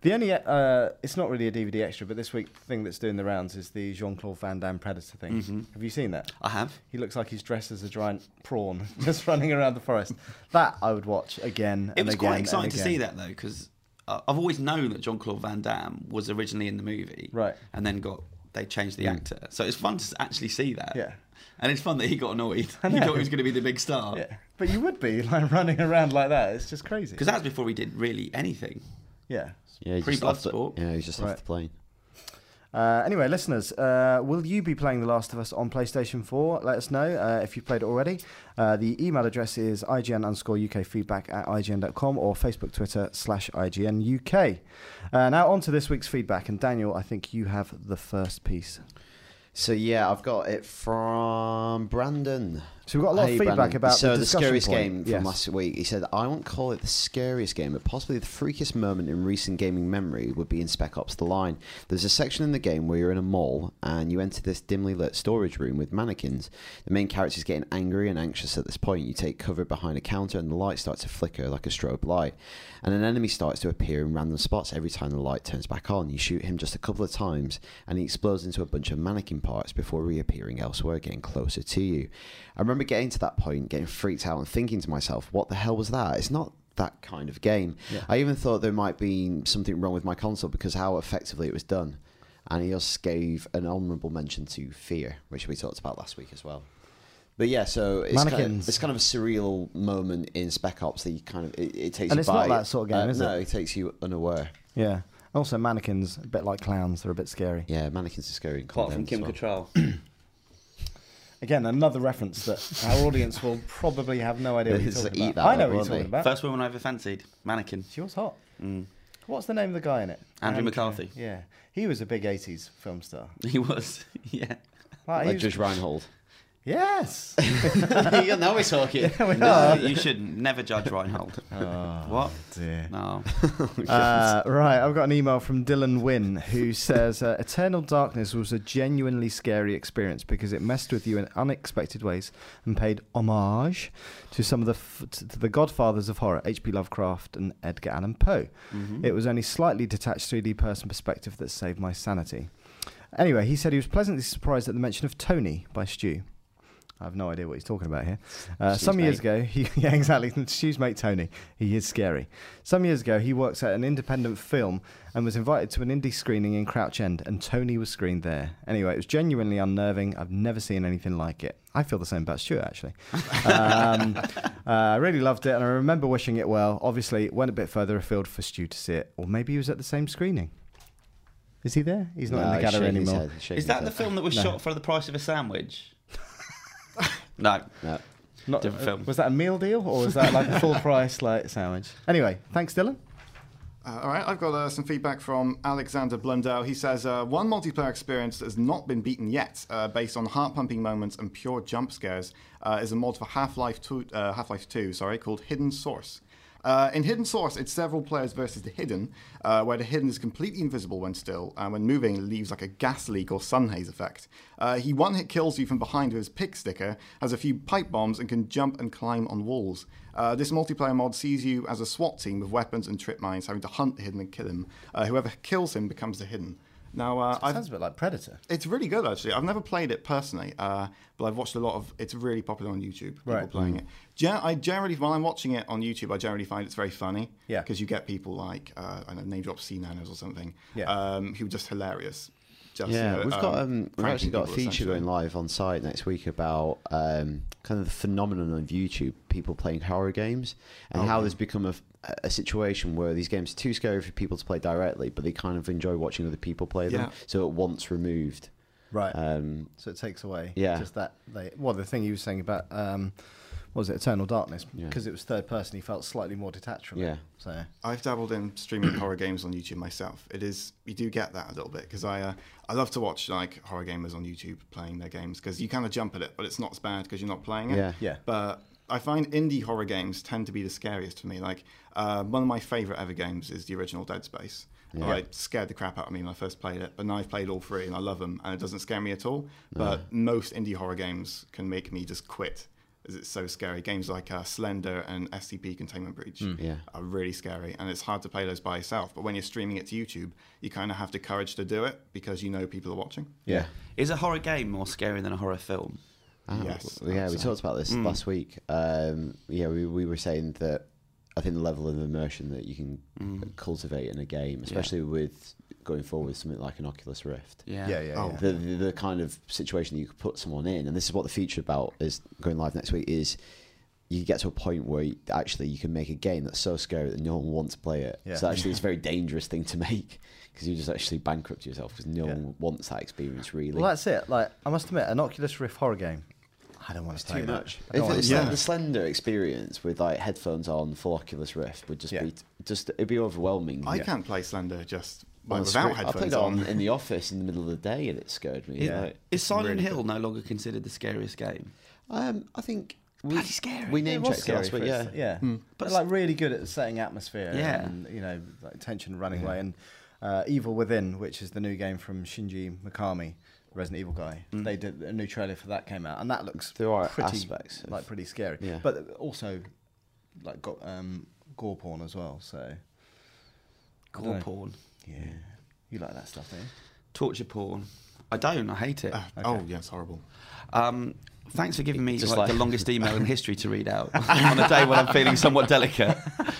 Speaker 1: The only uh, it's not really a DVD extra, but this week the thing that's doing the rounds is the Jean Claude Van Damme Predator thing.
Speaker 3: Mm-hmm.
Speaker 1: Have you seen that?
Speaker 3: I have.
Speaker 1: He looks like he's dressed as a giant prawn, just running around the forest. That I would watch again.
Speaker 3: It
Speaker 1: and
Speaker 3: was
Speaker 1: again
Speaker 3: quite
Speaker 1: and
Speaker 3: exciting to
Speaker 1: again.
Speaker 3: see that though, because I've always known that John Claude Van Damme was originally in the movie,
Speaker 1: Right. Hmm.
Speaker 3: And then got they changed the actor, so it's fun to s- actually see that.
Speaker 1: Yeah.
Speaker 3: and it's fun that he got annoyed. He thought he was going to be the big star.
Speaker 1: Yeah, but you would be like running around like that. It's just crazy.
Speaker 3: Because that was before he did really anything.
Speaker 1: Yeah.
Speaker 4: yeah, he's
Speaker 3: Pre
Speaker 4: just off the-
Speaker 3: Bloodsport.
Speaker 4: Yeah, he's just
Speaker 1: Right.
Speaker 4: off the plane.
Speaker 1: Uh, anyway, listeners, uh, will you be playing The Last of Us on PlayStation 4? Let us know uh, if you've played it already. Uh, the email address is ign underscore UK feedback at ign.com or Facebook, Twitter slash IGN UK. Uh, now, on to this week's feedback. And Daniel, I think you have the first piece.
Speaker 4: So yeah, I've got it from Brandon.
Speaker 1: So we've got a lot of feedback about
Speaker 4: so
Speaker 1: the discussion
Speaker 4: scariest
Speaker 1: point.
Speaker 4: game from
Speaker 1: Yes.
Speaker 4: last week. He said, "I won't call it the scariest game, but possibly the freakiest moment in recent gaming memory would be in Spec Ops: The Line. There's a section in the game where you're in a mall and you enter this dimly lit storage room with mannequins. The main character's getting angry and anxious at this point. You take cover behind a counter and the light starts to flicker like a strobe light, and an enemy starts to appear in random spots every time the light turns back on. You shoot him just a couple of times and he explodes into a bunch of mannequin parts before reappearing elsewhere, getting closer to you. I remember getting to that point, getting freaked out, and thinking to myself, what the hell was that? It's not that kind of game. I even thought there might be something wrong with my console because how effectively it was done. And he also gave an honourable mention to Fear, which we talked about last week as well. But yeah, so it's kind,
Speaker 1: Mannequins.
Speaker 4: of, it's kind of a surreal moment in Spec Ops that you kind of it, it takes
Speaker 1: And
Speaker 4: you
Speaker 1: it's
Speaker 4: by, uh,
Speaker 1: not that sort of game, is
Speaker 4: no,
Speaker 1: it?
Speaker 4: it takes you unaware.
Speaker 1: Yeah. Also, mannequins, a bit like clowns, they're a bit scary.
Speaker 4: Yeah, mannequins are scary. in
Speaker 3: Apart from
Speaker 4: condemned
Speaker 3: Kim
Speaker 4: as well.
Speaker 3: Cattrall,
Speaker 1: Again, another reference that our audience will probably have no idea what you're
Speaker 4: It's
Speaker 1: talking
Speaker 4: eat
Speaker 1: about.
Speaker 4: that
Speaker 1: I know what
Speaker 4: up,
Speaker 1: you're
Speaker 4: won't
Speaker 1: talking
Speaker 4: they?
Speaker 1: about.
Speaker 3: first woman I ever fancied, mannequin.
Speaker 1: She was hot. What's the name of the guy in it?
Speaker 3: Mm. Andrew McCarthy.
Speaker 1: Yeah, he was a big '80s film star.
Speaker 3: He was, yeah.
Speaker 1: Like, he
Speaker 4: like
Speaker 1: was-
Speaker 4: Judge Reinhold.
Speaker 3: Oh,
Speaker 1: Yes.
Speaker 4: now we're talking.
Speaker 3: No, you shouldn't. Never judge Reinhold.
Speaker 1: Oh.
Speaker 3: what?
Speaker 1: dear.
Speaker 3: No.
Speaker 1: Uh, right, I've got an email from Dylan Wynn who says uh, Eternal Darkness was a genuinely scary experience because it messed with you in unexpected ways and paid homage to some of the f- to the godfathers of horror, H.P. Lovecraft and Edgar Allan Poe.
Speaker 3: Mm-hmm.
Speaker 1: It was only slightly detached 3D person perspective that saved my sanity. Anyway, he said he was pleasantly surprised at the mention of Tony by Stu. I have no idea what he's talking about here. Uh,
Speaker 4: Stu's
Speaker 1: some years
Speaker 4: mate.
Speaker 1: ago, he, yeah, exactly. Stu's mate Tony, he is scary. Some years ago, he worked at an independent film and was invited to an indie screening in Crouch End, and Tony was screened there. Anyway, it was genuinely unnerving. I've never seen anything like it. I feel the same about Stuart, actually. Um, uh, I really loved it, and I remember wishing it well. Obviously, it went a bit further afield for Stu to see it, or maybe he was at the same screening. Is he there? He's not in the gallery anymore.
Speaker 3: Is that the film that was shot for the price of a sandwich? no.
Speaker 4: No.
Speaker 1: Not,
Speaker 3: Different
Speaker 1: uh,
Speaker 3: film.
Speaker 1: Was that a meal deal or was that like a full price like sandwich? Anyway, thanks, Dylan.
Speaker 2: Uh, all right, I've got uh, some feedback from Alexander Blundell. He says uh, one multiplayer experience that has not been beaten yet, uh, based on heart-pumping moments and pure jump scares, uh, is a mod for Half-Life 2, uh, Half-Life 2, sorry, called Hidden Source. Uh, in Hidden Source, it's several players versus the Hidden, uh, where the Hidden is completely invisible when still, and when moving, leaves like a gas leak or sun haze effect. Uh, he one-hit kills you from behind with his pick sticker, has a few pipe bombs, and can jump and climb on walls. Uh, this multiplayer mod sees you as a SWAT team with weapons and trip mines having to hunt the hidden and kill him. Uh, whoever kills him becomes the hidden. Now, uh,
Speaker 1: It
Speaker 2: I've,
Speaker 1: sounds a bit like Predator.
Speaker 2: it's really good actually. I've never played it personally, uh, but I've watched a lot of. It's really popular on YouTube. People
Speaker 1: Right. Mm.
Speaker 2: playing it. Gen- I generally, while I'm watching it on YouTube, I generally find it's very funny.
Speaker 1: Yeah.
Speaker 2: Because you get people like uh, I don't know, name drop C nanos or something.
Speaker 1: Yeah.
Speaker 2: Um, who are just hilarious. Just,
Speaker 4: Yeah,
Speaker 2: you know,
Speaker 4: we've got um, we've
Speaker 2: pranking
Speaker 4: actually got a
Speaker 2: people,
Speaker 4: feature
Speaker 2: essentially.
Speaker 4: going live on site next week about um, kind of the phenomenon of YouTube people playing horror games and how there's become a, f- a situation where these games are too scary for people to play directly, but they kind of enjoy watching other people play them.
Speaker 2: Yeah.
Speaker 4: So it once removed.
Speaker 1: Right.
Speaker 4: Um,
Speaker 1: so it takes away.
Speaker 4: Yeah.
Speaker 1: Just that. They, well, the thing you were saying about um, what was it Eternal Darkness?
Speaker 4: Yeah.
Speaker 1: Because it was third person, he felt slightly more detached from
Speaker 4: Yeah.
Speaker 1: it. So
Speaker 2: I've dabbled in streaming horror games on YouTube myself. It is you do get that a little bit because I uh, I love to watch like horror gamers on YouTube playing their games because you kind of jump at it, but it's not as bad because you're not playing it.
Speaker 4: Yeah.
Speaker 1: Yeah.
Speaker 2: But I find indie horror games tend to be the scariest for me. Like uh, one of my favorite ever games is the original Dead Space. Yeah. scared the crap out of me when I first played it, but now I've played all three and I love them and it doesn't scare me at all. But most indie horror games can make me just quit. As it's so scary. Games like uh, Slender and SCP Containment Breach
Speaker 4: Yeah.
Speaker 2: are really scary, and it's hard to play those by yourself. But when you're streaming it to YouTube, you kind of have the courage to do it because you know people are watching.
Speaker 4: yeah.
Speaker 3: Is a horror game more scary than a horror film?
Speaker 4: Ah,
Speaker 2: Yes,
Speaker 4: well, yeah, we talked about this
Speaker 1: Mm.
Speaker 4: last week. Um, yeah, we, we were saying that I think the level of immersion that you can
Speaker 1: Mm.
Speaker 4: cultivate in a game, especially with going forward with something like an Oculus Rift.
Speaker 3: Yeah.
Speaker 1: yeah, yeah.
Speaker 2: Oh.
Speaker 1: yeah.
Speaker 4: the, the the kind of situation that you could put someone in, and this is what the feature about is going live next week is you get to a point where you- actually you can make a game that's so scary that no one wants to play it.
Speaker 1: Yeah.
Speaker 4: So actually, it's a very dangerous thing to make because you just actually bankrupt yourself because no
Speaker 1: Yeah.
Speaker 4: one wants that experience really.
Speaker 1: Well, that's it. Like I must admit, an Oculus Rift horror game. I don't want to play
Speaker 4: too
Speaker 1: that.
Speaker 4: much.
Speaker 1: I don't wanna
Speaker 4: it's
Speaker 1: play
Speaker 4: like
Speaker 2: Yeah.
Speaker 4: the Slender experience with like headphones on, full Oculus Rift would just
Speaker 1: Yeah.
Speaker 4: be just it'd be overwhelming.
Speaker 2: I can't play Slender just
Speaker 4: On
Speaker 2: well,
Speaker 4: the
Speaker 2: without
Speaker 4: screen- I played
Speaker 2: headphones
Speaker 4: it
Speaker 2: on.
Speaker 4: on in the office in the middle of the day and it scared me.
Speaker 3: Is,
Speaker 4: Yeah.
Speaker 3: is Silent Hill no longer considered the scariest game?
Speaker 4: Um, I think we,
Speaker 3: bloody scary.
Speaker 4: we
Speaker 3: It
Speaker 4: name
Speaker 1: It was
Speaker 4: checked it last
Speaker 1: scary
Speaker 4: week.
Speaker 1: for
Speaker 4: Yeah,
Speaker 1: its- yeah. But like really good at setting atmosphere
Speaker 3: Yeah.
Speaker 1: and you know like tension running away and uh, Evil Within, which is the new game from Shinji Mikami, Resident Evil guy. They did a new trailer for that came out, and that looks
Speaker 4: There are
Speaker 1: pretty,
Speaker 4: aspects of-
Speaker 1: like pretty scary.
Speaker 4: Yeah.
Speaker 1: But also like got um, gore porn as well. So
Speaker 3: Gore
Speaker 1: know.
Speaker 3: porn,
Speaker 1: yeah, you like that stuff, don't you?
Speaker 3: torture porn. I don't. I hate it.
Speaker 2: Uh, Oh yeah, it's horrible.
Speaker 3: Um, thanks for giving me
Speaker 4: Just
Speaker 3: like,
Speaker 4: like-
Speaker 3: the longest email in history to read out on a day when I'm feeling somewhat delicate.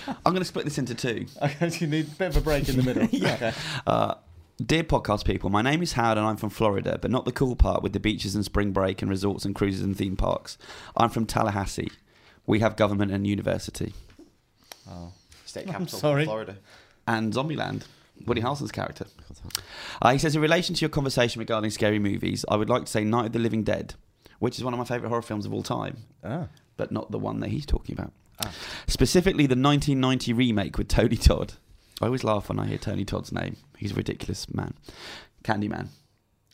Speaker 3: I'm going to split this into two.
Speaker 1: Okay, you need a bit of a break in the middle. yeah.
Speaker 3: Uh, dear podcast people, my name is Howard and I'm from Florida, but not the cool part with the beaches and spring break and resorts and cruises and theme parks. I'm from Tallahassee. We have government and university
Speaker 1: Oh.
Speaker 4: state
Speaker 1: I'm
Speaker 4: capital,
Speaker 1: sorry.
Speaker 4: Florida.
Speaker 3: and Zombieland. Woody Harrelson's character. Uh, he says, in relation to your conversation regarding scary movies, I would like to say Night of the Living Dead, which is one of my favourite horror films of all time,
Speaker 1: Ah.
Speaker 3: but not the one that he's talking about.
Speaker 4: Ah.
Speaker 3: Specifically, the 1990 remake with Tony Todd. I always laugh when I hear Tony Todd's name. He's a ridiculous man. Candyman.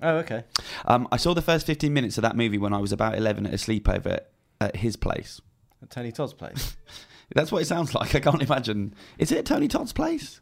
Speaker 1: Oh, okay.
Speaker 3: Um, I saw the first 15 minutes of that movie when I was about 11 at a sleepover at his place.
Speaker 1: Tony Todd's place.
Speaker 3: That's what it sounds like. I can't imagine. Is it at Tony Todd's place?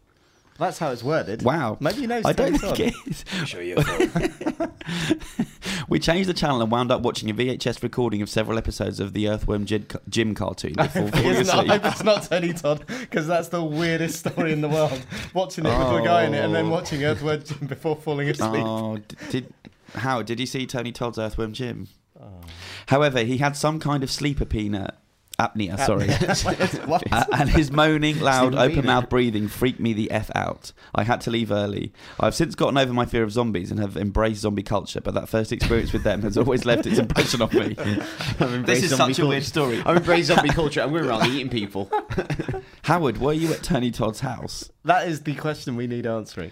Speaker 1: That's how it's worded.
Speaker 3: Wow.
Speaker 1: Maybe he knows
Speaker 3: I don't
Speaker 1: Tony
Speaker 3: think
Speaker 1: Todd.
Speaker 3: it is. we changed the channel and wound up watching a VHS recording of several episodes of the Earthworm Jim, Jim cartoon before falling
Speaker 1: It's not, I
Speaker 3: asleep.
Speaker 1: hope it's not Tony Todd because that's the weirdest story in the world. Watching it with a guy in it and then
Speaker 3: Oh.
Speaker 1: watching Earthworm Jim before falling asleep.
Speaker 3: Oh, d- did how did you see Tony Todd's Earthworm Jim?
Speaker 1: Oh.
Speaker 3: However, he had some kind of sleeper peanut apnea. Sorry.
Speaker 1: what?
Speaker 3: A- and his moaning, loud,
Speaker 4: Sleeping
Speaker 3: open mouth breathing freaked me the F out. I had to leave early. I've since gotten over my fear of zombies and have embraced zombie culture, but that first experience with them has always left its impression on me. this is such a weird story.
Speaker 4: I'm embraced zombie culture. I'm going around eating people.
Speaker 3: Howard, were you at Tony Todd's house?
Speaker 1: That is the question we need answering.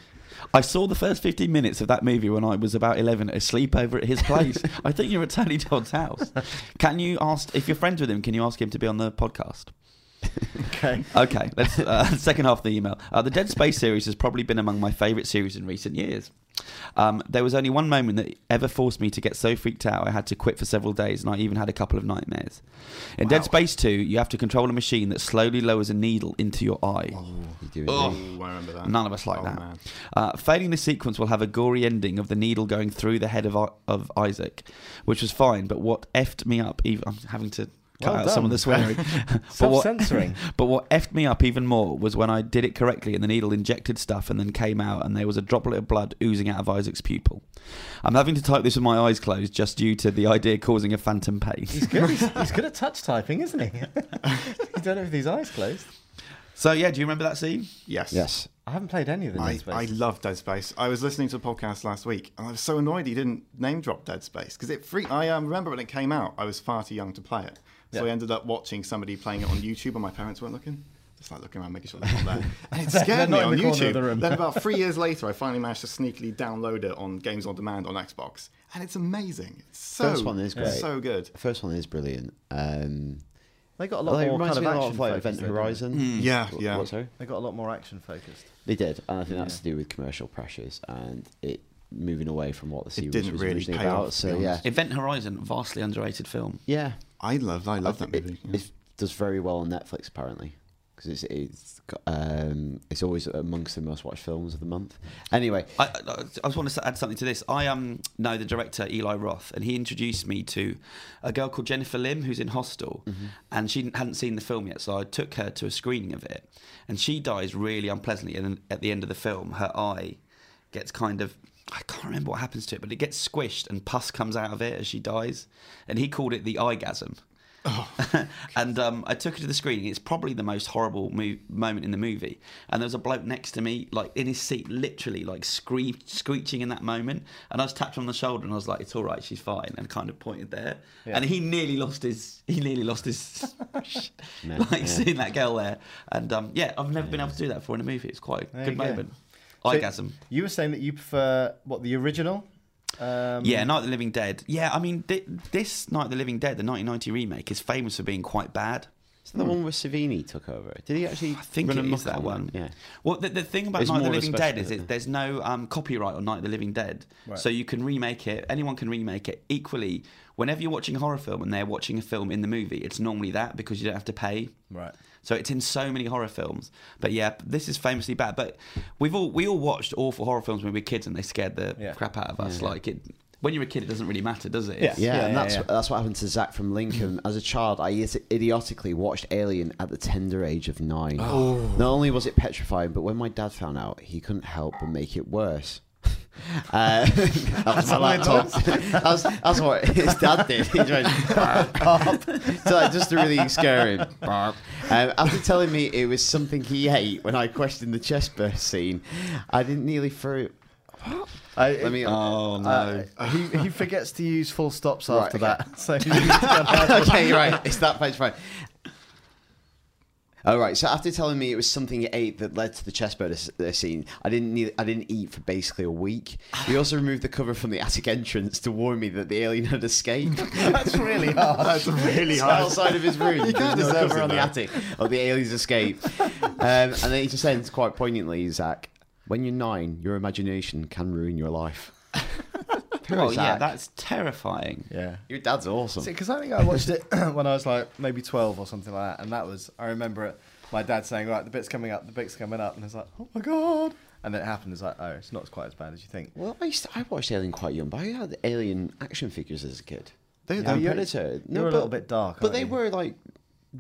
Speaker 3: I saw the first 15 minutes of that movie when I was about 11 at a sleepover at his place. I think you're at Tony Todd's house. Can you ask, if you're friends with him, can you ask him to be on the podcast?
Speaker 1: Okay.
Speaker 3: Okay, let's uh, second half of the email. Uh, the Dead Space series has probably been among my favourite series in recent years. Um, there was only one moment that ever forced me to get so freaked out I had to quit for several days, and I even had a couple of nightmares. In Dead Space 2, you have to control a machine that slowly lowers a needle into your eye.
Speaker 2: Oh.
Speaker 4: You do indeed.
Speaker 2: Ooh, I remember that.
Speaker 3: None of us like
Speaker 2: Oh,
Speaker 3: that.
Speaker 2: man.
Speaker 3: Uh, failing this sequence will have a gory ending of the needle going through the head of, I- of Isaac, which was fine, but what effed me up, even, I'm having to
Speaker 5: cut
Speaker 4: Well
Speaker 5: out some
Speaker 4: done.
Speaker 5: of the swearing. But what-
Speaker 1: Self-censoring.
Speaker 3: But what effed me up even more was when I did it correctly and the needle injected stuff and then came out and there was a droplet of blood oozing out of Isaac's pupil. I'm having to type this with my eyes closed just due to the idea causing a phantom pain.
Speaker 1: He's good. He's, he's good at touch typing, isn't he? you don't know if his eyes closed.
Speaker 3: so yeah, do you remember that scene?
Speaker 2: Yes.
Speaker 4: Yes.
Speaker 1: I haven't played any of the
Speaker 2: I,
Speaker 1: Dead Space.
Speaker 2: I love Dead Space. I was listening to a podcast last week, and I was so annoyed he didn't name drop Dead Space because it freaked. I um, remember when it came out, I was far too young to play it, so I ended up watching somebody playing it on YouTube, and my parents weren't looking. Just like looking around, making sure they're not there, and it scared me
Speaker 1: not in
Speaker 2: on
Speaker 1: the corner of
Speaker 2: YouTube.
Speaker 1: the room.
Speaker 2: then about three years later, I finally managed to sneakily download it on Games on Demand on Xbox, and it's amazing. It's so
Speaker 4: First one is great.
Speaker 2: so good.
Speaker 4: The first one is brilliant. Um,
Speaker 1: they got a lot
Speaker 4: well, it
Speaker 1: more
Speaker 4: reminds
Speaker 1: kind
Speaker 4: me
Speaker 1: of
Speaker 4: a
Speaker 1: action
Speaker 4: lot of like
Speaker 1: focused,
Speaker 4: Event
Speaker 1: though, didn't they?
Speaker 4: Horizon.
Speaker 2: Hmm. Yeah,
Speaker 4: Wh-
Speaker 2: yeah.
Speaker 4: What, sorry?
Speaker 1: They got a lot more action focused.
Speaker 4: They did, and I think that's to do with commercial pressures and it moving away from what the series
Speaker 2: didn't
Speaker 4: was
Speaker 2: really
Speaker 4: originally
Speaker 2: pay off,
Speaker 4: about.
Speaker 2: to
Speaker 4: so
Speaker 2: be
Speaker 4: yeah,
Speaker 2: honest.
Speaker 3: Event Horizon, vastly underrated film.
Speaker 4: yeah,
Speaker 2: I love, I love
Speaker 4: I
Speaker 2: that
Speaker 4: think
Speaker 2: movie.
Speaker 4: It,
Speaker 2: yeah.
Speaker 4: it does very well on Netflix apparently because it's it's got- um, it's always amongst the most watched films of the month. Anyway,
Speaker 3: I, I, I just want to add something to this. I um know the director Eli Roth, and he introduced me to a girl called Jennifer Lim, who's in Hostel, and she hadn't seen the film yet. So I took her to a screening of it, and she dies really unpleasantly. And then at the end of the film, her eye gets kind of I can't remember what happens to it, but it gets squished and pus comes out of it as she dies. And he called it the eyegasm. and um, I took her to the screening. It's probably the most horrible mo- moment in the movie. And there was a bloke next to me, like in his seat, literally like scree- screeching in that moment. And I was tapped on the shoulder and I was like, "It's all right, she's fine," and kind of pointed there. And he nearly lost his, he nearly lost his, like
Speaker 4: yeah.
Speaker 3: seeing that girl there. And um, yeah, I've never been able to do that before in a movie. It's quite a
Speaker 1: There
Speaker 3: good
Speaker 1: you go.
Speaker 3: moment.
Speaker 1: So Mm-hmm.
Speaker 3: Eyegasm.
Speaker 1: You were saying that you prefer what the original. Um,
Speaker 3: Yeah, Night of the Living Dead. Yeah, I mean, thi- this Night of the Living Dead, the 1990 remake, is famous for being quite bad.
Speaker 4: is that the one where Savini took over? Did he actually?
Speaker 3: Hmm. I think
Speaker 4: run
Speaker 3: it
Speaker 4: amok
Speaker 3: is that
Speaker 4: on
Speaker 3: one.
Speaker 4: Yeah.
Speaker 3: Well, the, the thing about
Speaker 4: It's
Speaker 3: Night of the
Speaker 4: more of a
Speaker 3: Living Dead
Speaker 4: special,
Speaker 3: is
Speaker 4: isn't
Speaker 3: it, there's no um, copyright on Night of the Living Dead, so you can remake it. Anyone can remake it. Equally, whenever you're watching a horror film and they're watching a film in the movie, it's normally that because you don't have to pay.
Speaker 1: Right.
Speaker 3: So it's in so many horror films. But yeah, this is famously bad. But we've all we all watched awful horror films when we were kids and they scared the
Speaker 1: Yeah.
Speaker 3: crap out of us. Like it, when you're a kid, it doesn't really matter, does it? It's-
Speaker 4: Yeah,
Speaker 1: Yeah,
Speaker 4: and
Speaker 1: yeah,
Speaker 4: that's
Speaker 1: yeah.
Speaker 4: that's what happened to Zach from Lincoln. As a child, I idi- idiotically watched Alien at the tender age of nine. Not only was it petrifying, but when my dad found out, he couldn't help but make it worse. Uh, that was my laptop. that's, that's what his dad did. He went, "Bark, bark." so like, just to really scare him. Bark. Um, after telling me it was something he ate when I questioned the chest burst scene, I didn't nearly throw it.
Speaker 1: I,
Speaker 4: Let me.
Speaker 3: Oh no.
Speaker 1: uh, he, he forgets to use full stops
Speaker 4: Right,
Speaker 1: after
Speaker 4: okay.
Speaker 1: that. So he needs to go back.
Speaker 4: okay, you're right. It's that page five. All right. So after telling me it was something he ate that led to the chest burst scene, I didn't need, I didn't eat for basically a week. He also removed the cover from the attic entrance to warn me that the alien had escaped.
Speaker 1: That's really hard.
Speaker 2: That's really
Speaker 4: It's
Speaker 2: hard.
Speaker 4: outside of his room.
Speaker 2: You can't
Speaker 4: There's no
Speaker 2: deserve
Speaker 4: cover
Speaker 2: it,
Speaker 4: on the
Speaker 2: though.
Speaker 4: attic. Or the aliens escape. um, and then he just ends quite poignantly, Zach. When you're nine, your imagination can ruin your life. Poor
Speaker 3: Oh yeah,
Speaker 4: Zach.
Speaker 3: that's terrifying.
Speaker 1: Yeah.
Speaker 4: Your dad's awesome.
Speaker 1: Because I think I watched it when I was like maybe 12 or something like that. And that was, I remember it, my dad saying, right, the bit's coming up, the bit's coming up. And I was like, oh my God. And then it happened. It's like, oh, it's not quite as bad as you think.
Speaker 4: Well, I, used to, I watched Alien quite young, but I had Alien action figures as a kid. They,
Speaker 1: Yeah,
Speaker 4: were
Speaker 1: you're-
Speaker 4: Predator.
Speaker 1: you're a little bit dark,
Speaker 4: but
Speaker 1: aren't
Speaker 4: they
Speaker 1: you?
Speaker 4: were like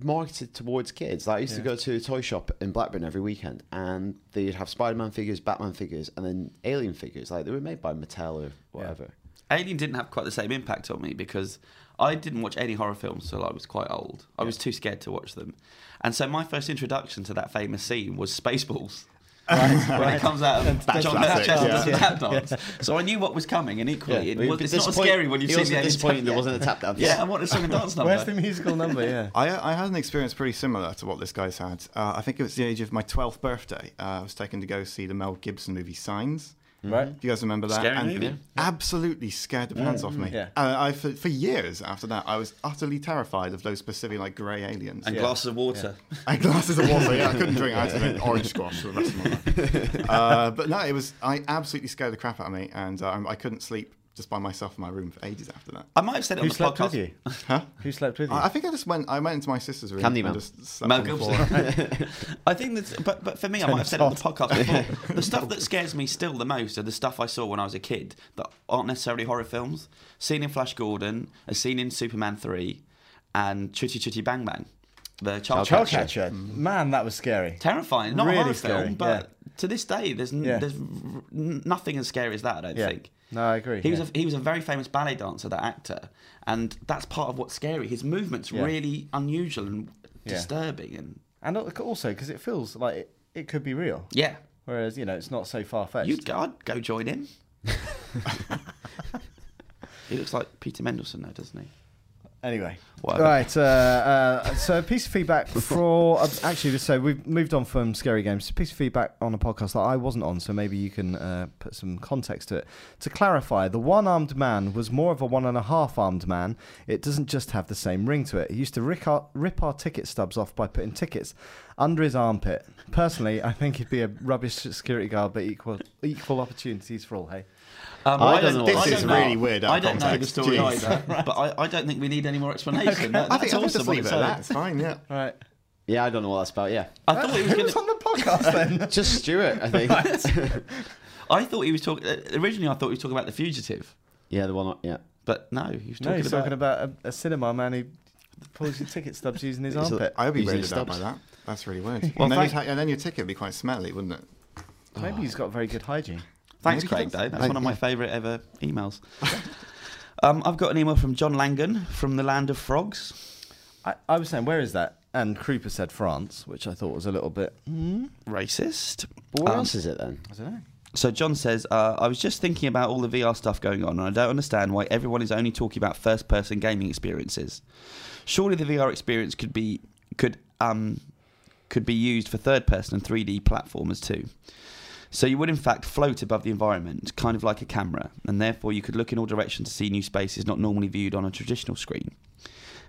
Speaker 4: marketed towards kids. Like I used to go to a toy shop in Blackburn every weekend, and they'd have Spider-Man figures, Batman figures, and then Alien figures. Like they were made by Mattel or whatever.
Speaker 3: Alien didn't have quite the same impact on me because I didn't watch any horror films till I was quite old. I was too scared to watch them. And so my first introduction to that famous scene was Spaceballs. when it comes out of John
Speaker 2: classic,
Speaker 3: Manchester's
Speaker 2: yeah.
Speaker 3: lap dance. So I knew what was coming, and equally, it
Speaker 4: Well,
Speaker 3: was, it's
Speaker 4: you'd be
Speaker 3: not as
Speaker 4: disappoint-
Speaker 3: scary when you've
Speaker 4: he
Speaker 3: seen
Speaker 4: wasn't
Speaker 3: the alien
Speaker 4: disappointed there
Speaker 3: tap-
Speaker 4: wasn't a tap dance.
Speaker 3: Yeah, and what a song and dance number.
Speaker 1: Where's the musical number? Yeah.
Speaker 2: I, I had an experience pretty similar to what this guy's had. Uh, I think it was the age of my 12th birthday. Uh, I was taken to go see the Mel Gibson movie Signs.
Speaker 1: Right.
Speaker 2: If you guys remember that,
Speaker 3: Scary
Speaker 2: and
Speaker 3: movie. Mm,
Speaker 2: it absolutely scared the pants off me.
Speaker 1: Yeah.
Speaker 2: Uh, I for, for years after that, I was utterly terrified of those specific like grey aliens
Speaker 3: and glasses of water.
Speaker 2: and glasses of water. Yeah, I couldn't drink. I had to drink orange squash for the rest of my life. Uh, but no, it was. I absolutely scared the crap out of me, and um, I couldn't sleep just by myself in my room for ages after that.
Speaker 3: I might have said it
Speaker 1: Who
Speaker 3: on the
Speaker 1: slept
Speaker 3: podcast.
Speaker 1: with you?
Speaker 2: Huh?
Speaker 1: Who slept with you?
Speaker 2: I I think I just went. I went into my sister's room
Speaker 4: Candyman.
Speaker 2: and just slept
Speaker 3: Mel
Speaker 2: on the
Speaker 3: Gibson.
Speaker 2: floor.
Speaker 3: I think that's, but, but for me, I might have said it on the podcast before. The stuff that scares me still the most are the stuff I saw when I was a kid that aren't necessarily horror films. Seen in Flash Gordon, a scene in Superman 3, and Chitty Chitty Bang Bang, the child,
Speaker 1: Child
Speaker 3: catcher.
Speaker 1: catcher. Man, that was scary.
Speaker 3: Terrifying, not
Speaker 1: Really
Speaker 3: a horror
Speaker 1: scary,
Speaker 3: film, but to this day, there's n-
Speaker 1: Yeah.
Speaker 3: there's r- n- nothing as scary as that. I don't
Speaker 1: Yeah.
Speaker 3: think.
Speaker 1: No, I agree.
Speaker 3: He
Speaker 1: yeah.
Speaker 3: was a, he was a very famous ballet dancer, that actor, and that's part of what's scary. His movements
Speaker 1: Yeah.
Speaker 3: really unusual and
Speaker 1: Yeah.
Speaker 3: disturbing, and
Speaker 1: and al- also because it feels like it, it could be real,
Speaker 3: yeah,
Speaker 1: whereas you know it's not so far fetched.
Speaker 3: you'd go, I'd go join him. he looks like Peter Mendelsohn, though, doesn't he?
Speaker 1: Anyway,
Speaker 3: Whatever.
Speaker 1: right. Uh, uh, so, a piece of feedback for uh, actually. So we've moved on from scary games. A piece of feedback on a podcast that I wasn't on, so maybe you can uh, put some context to it. To clarify, the one-armed man was more of a one and a half-armed man. It doesn't just have the same ring to it. He used to rip our, rip our ticket stubs off by putting tickets under his armpit. Personally, I think he'd be a rubbish security guard, but equal equal opportunities for all. Hey,
Speaker 3: Um,
Speaker 4: I don't know
Speaker 3: I
Speaker 4: what this
Speaker 3: don't
Speaker 4: is
Speaker 3: know-
Speaker 2: really weird out
Speaker 3: I
Speaker 2: of
Speaker 3: don't know the
Speaker 2: context.
Speaker 3: story
Speaker 2: Jeez.
Speaker 3: either, but I, I don't think we need any more explanation. That-
Speaker 2: I think
Speaker 3: that's
Speaker 2: I'll just
Speaker 3: awesome on
Speaker 2: leave it
Speaker 3: its
Speaker 2: at
Speaker 3: own.
Speaker 2: that. It's fine, yeah.
Speaker 1: right.
Speaker 4: Yeah, I don't know what that's about. Yeah,
Speaker 3: I thought he was
Speaker 1: Who
Speaker 3: going
Speaker 1: was
Speaker 3: to.
Speaker 1: on the podcast then?
Speaker 4: just Stuart, I think.
Speaker 3: I thought he was talking. Originally, I thought he was talking about the fugitive,
Speaker 4: yeah, the one. Yeah,
Speaker 3: but no, he was
Speaker 1: No,
Speaker 3: talking
Speaker 1: he's
Speaker 3: about.
Speaker 1: talking about a, a cinema man who pulls your ticket stubs using his
Speaker 4: He's a-
Speaker 1: armpit.
Speaker 2: I would be
Speaker 4: Using
Speaker 2: weirded out by
Speaker 4: stubs.
Speaker 2: that. That's really weird.
Speaker 1: Well,
Speaker 2: and, then
Speaker 1: thank-
Speaker 2: you'd ha- and then your ticket would be quite smelly, wouldn't it?
Speaker 1: Maybe he's got very good hygiene.
Speaker 3: Thanks,
Speaker 2: Yeah,
Speaker 3: Craig,
Speaker 2: that's-
Speaker 3: though. That's
Speaker 4: thank-
Speaker 3: one of my
Speaker 4: yeah.
Speaker 3: favourite ever emails. um, I've got an email from John Langan from the land of frogs.
Speaker 1: I, I was saying, where is that? And Krupa said France, which I thought was a little bit. hmm,
Speaker 3: Racist.
Speaker 4: but what
Speaker 3: Um,
Speaker 4: else is it then?
Speaker 1: I don't know.
Speaker 3: So John says, uh, I was just thinking about all the VR stuff going on, and I don't understand why everyone is only talking about first-person gaming experiences. Surely the VR experience could be could um could be used for third-person and 3D platformers too. So you would in fact float above the environment, kind of like a camera, and therefore you could look in all directions to see new spaces not normally viewed on a traditional screen.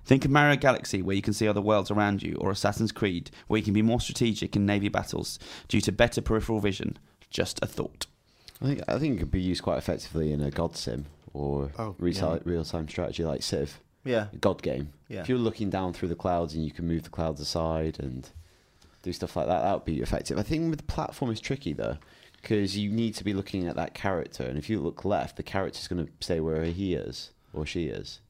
Speaker 3: Think of Mario Galaxy, where you can see other worlds around you, or Assassin's Creed, where you can be more strategic in navy battles due to better peripheral vision. Just a thought.
Speaker 4: I think I think it could be used quite effectively in a God Sim or
Speaker 2: Oh, yeah.
Speaker 4: real time strategy like Civ,
Speaker 1: Yeah.
Speaker 4: a God game.
Speaker 1: Yeah.
Speaker 4: If you're looking down through the clouds and you can move the clouds aside and do stuff like that, that would be effective. I think with the platform is tricky though, because you need to be looking at that character, and if you look left, the character's going to stay where he is or she is.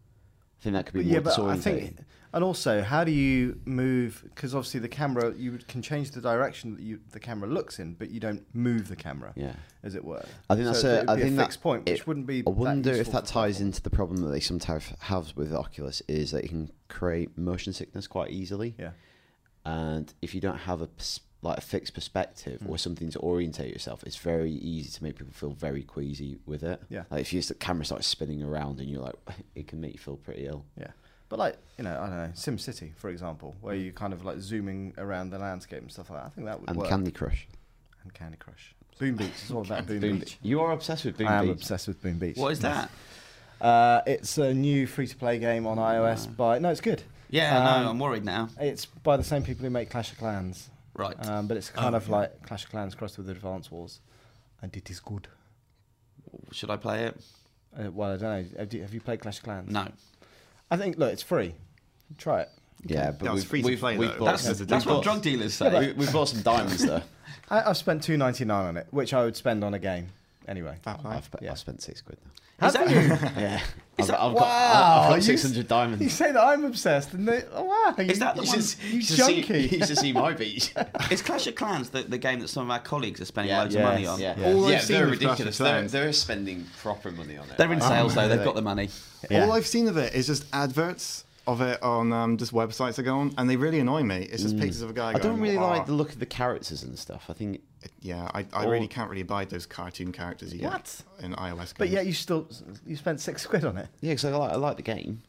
Speaker 4: I think that could be
Speaker 1: But
Speaker 4: more
Speaker 1: yeah, but I
Speaker 4: disorientating.
Speaker 1: think. And also, how do you move? Because obviously, the camera, you can change the direction that you, the camera looks in, but you don't move the camera,
Speaker 4: Yeah.
Speaker 1: as it were.
Speaker 4: I think that's
Speaker 1: so
Speaker 4: a,
Speaker 1: it'd
Speaker 4: I
Speaker 1: be
Speaker 4: think
Speaker 1: a
Speaker 4: that-
Speaker 1: fixed point, which
Speaker 4: it-
Speaker 1: wouldn't be.
Speaker 4: I wonder if
Speaker 1: useful
Speaker 4: that
Speaker 1: for
Speaker 4: ties
Speaker 1: platform.
Speaker 4: into the problem that they sometimes have with Oculus is that it can create motion sickness quite easily.
Speaker 1: Yeah.
Speaker 4: and if you don't have a pers- like a fixed perspective
Speaker 1: Hmm.
Speaker 4: or something to orientate yourself, it's very easy to make people feel very queasy with it.
Speaker 1: Yeah.
Speaker 4: like if you just, the camera starts spinning around and you're like, it can make you feel pretty ill.
Speaker 1: Yeah. But like, you know, I don't know, Sim City, for example, where
Speaker 4: Mm.
Speaker 1: you kind of like zooming around the landscape and stuff like that. I think that would
Speaker 4: And
Speaker 1: work.
Speaker 4: Candy Crush,
Speaker 1: and Candy Crush. Boom Beach. It's all about Boom, Beach.
Speaker 4: you are obsessed with Boom
Speaker 1: I am
Speaker 4: Beach.
Speaker 1: obsessed with Boom Beach.
Speaker 3: What is that? Oh,
Speaker 1: Uh, it's a new free-to-play game on iOS by... No, it's good.
Speaker 3: Yeah, I no,
Speaker 1: Um,
Speaker 3: I'm worried now.
Speaker 1: It's by the same people who make Clash of Clans.
Speaker 3: Right.
Speaker 1: Um, but it's
Speaker 3: Oh,
Speaker 1: kind of like Clash of Clans crossed with Advance Wars. And it is good.
Speaker 3: Should I play it?
Speaker 1: Uh, well, I don't know. Have you, have you played Clash of Clans?
Speaker 3: No.
Speaker 1: I think, look, it's free. Try it.
Speaker 4: Yeah, but
Speaker 2: That's
Speaker 4: we've,
Speaker 2: free to
Speaker 4: we've,
Speaker 2: play,
Speaker 4: we've
Speaker 2: though.
Speaker 4: bought
Speaker 3: That's,
Speaker 4: some,
Speaker 2: there's a
Speaker 3: that's what
Speaker 4: we've,
Speaker 3: drug
Speaker 4: bought,
Speaker 3: dealers say.
Speaker 4: we, we've bought some diamonds though.
Speaker 1: I, I've spent two ninety nine on it, which I would spend on a game anyway.
Speaker 2: That life.
Speaker 4: I've,
Speaker 1: Yeah.
Speaker 4: I've spent six quid now.
Speaker 3: Is that you?
Speaker 4: Yeah, I've,
Speaker 3: Is that-
Speaker 4: I've got,
Speaker 1: Wow,
Speaker 4: I've
Speaker 1: you
Speaker 4: got
Speaker 1: s-
Speaker 4: six hundred diamonds.
Speaker 1: You say that I'm obsessed, and they, oh wow, you,
Speaker 3: that the
Speaker 1: you
Speaker 3: one-
Speaker 1: just- you
Speaker 4: should see-
Speaker 1: junkie.
Speaker 4: you should see my beach.
Speaker 3: Is Clash of Clans the, the game that some of our colleagues are spending loads of money on?
Speaker 4: Yeah,
Speaker 2: All I've
Speaker 4: yeah
Speaker 2: seen
Speaker 4: they're
Speaker 2: with Clash
Speaker 4: ridiculous.
Speaker 2: of
Speaker 4: They're,
Speaker 2: Clans-
Speaker 4: they're spending proper money on it.
Speaker 3: They're in sales, though. They've
Speaker 4: they-
Speaker 3: got the money.
Speaker 1: Yeah.
Speaker 2: All I've seen of it is just adverts of it on um, just websites I go on, and they really annoy me. It's
Speaker 1: Mm.
Speaker 2: just pictures of a guy.
Speaker 4: I don't
Speaker 2: going,
Speaker 4: really
Speaker 2: "Ah."
Speaker 4: like the look of the characters and stuff. I think
Speaker 2: Yeah, I, I
Speaker 4: Or-
Speaker 2: really can't really abide those cartoon characters you get
Speaker 1: What?
Speaker 2: in iOS. Games.
Speaker 1: But yeah, you still you spent six quid on it.
Speaker 4: yeah, because I like I like the game.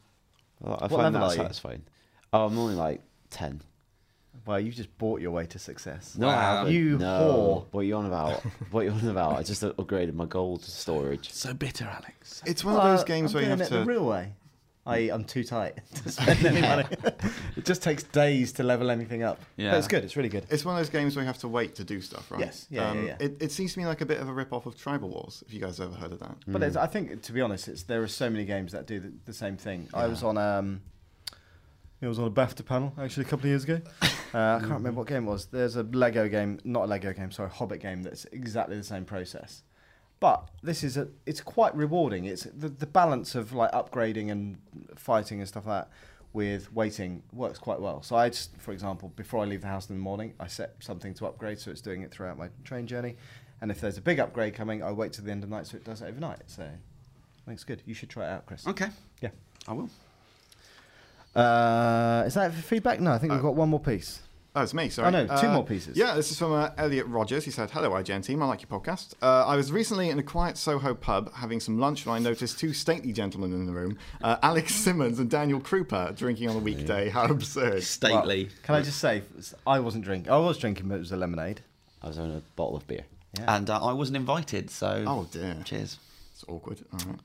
Speaker 4: I, I
Speaker 1: What
Speaker 4: find
Speaker 1: level
Speaker 4: that
Speaker 1: are you?
Speaker 4: satisfying. Oh, I'm only like ten.
Speaker 1: Well, you just bought your way to success.
Speaker 4: No, I haven't.
Speaker 1: you
Speaker 4: no. What are you on about? what are you on about? I just upgraded my gold storage.
Speaker 3: So bitter, Alex.
Speaker 2: it's
Speaker 1: whore.
Speaker 2: one of those
Speaker 1: Uh,
Speaker 2: games
Speaker 1: I'm
Speaker 2: where you
Speaker 1: doing
Speaker 2: have
Speaker 1: it the
Speaker 2: to.
Speaker 1: real way. I.e., I'm too tight to spend any money. it just takes days to level anything up.
Speaker 3: Yeah.
Speaker 1: but it's good. It's really good.
Speaker 2: It's one of those games where you have to wait to do stuff, right? Um,
Speaker 1: Yes, yeah, yeah, yeah.
Speaker 2: It, it seems to me like a bit of a rip off of Tribal Wars. If you guys ever heard of that,
Speaker 1: But it's, I think, to be honest, it's there are so many games that do the, the same thing. I was on um, I was on a BAFTA panel actually a couple of years ago. Uh, I can't remember what game it was. There's a Lego game, not a Lego game, sorry, Hobbit game that's exactly the same process. But this is a, it's quite rewarding. It's the, the balance of like upgrading and fighting and stuff like that with waiting works quite well. So I just, for example, before I leave the house in the morning, I set something to upgrade so it's doing it throughout my train journey. And if there's a big upgrade coming, I wait to the end of the night so it does it overnight. So I think it's good. You should try it out, Chris.
Speaker 3: Okay,
Speaker 1: Yeah.
Speaker 3: I will.
Speaker 1: Uh, is that it for feedback? No, I think we've got one more piece.
Speaker 2: Oh, it's me, sorry.
Speaker 1: Oh, no, two
Speaker 2: Uh,
Speaker 1: more pieces.
Speaker 2: Yeah, this is from uh, Elliot Rogers. He said, Hello, IGN team. I like your podcast. Uh, I was recently in a quiet Soho pub having some lunch when I noticed two stately gentlemen in the room uh, Alex Simmons and Daniel Krupa drinking on a weekday. How absurd.
Speaker 3: Stately.
Speaker 1: Well, can I just say, I wasn't drinking. I was drinking, but it was a lemonade.
Speaker 4: I was on a bottle of beer.
Speaker 1: yeah.
Speaker 3: And uh, I wasn't invited, so.
Speaker 2: Oh, dear.
Speaker 3: Cheers.
Speaker 2: It's awkward. All right.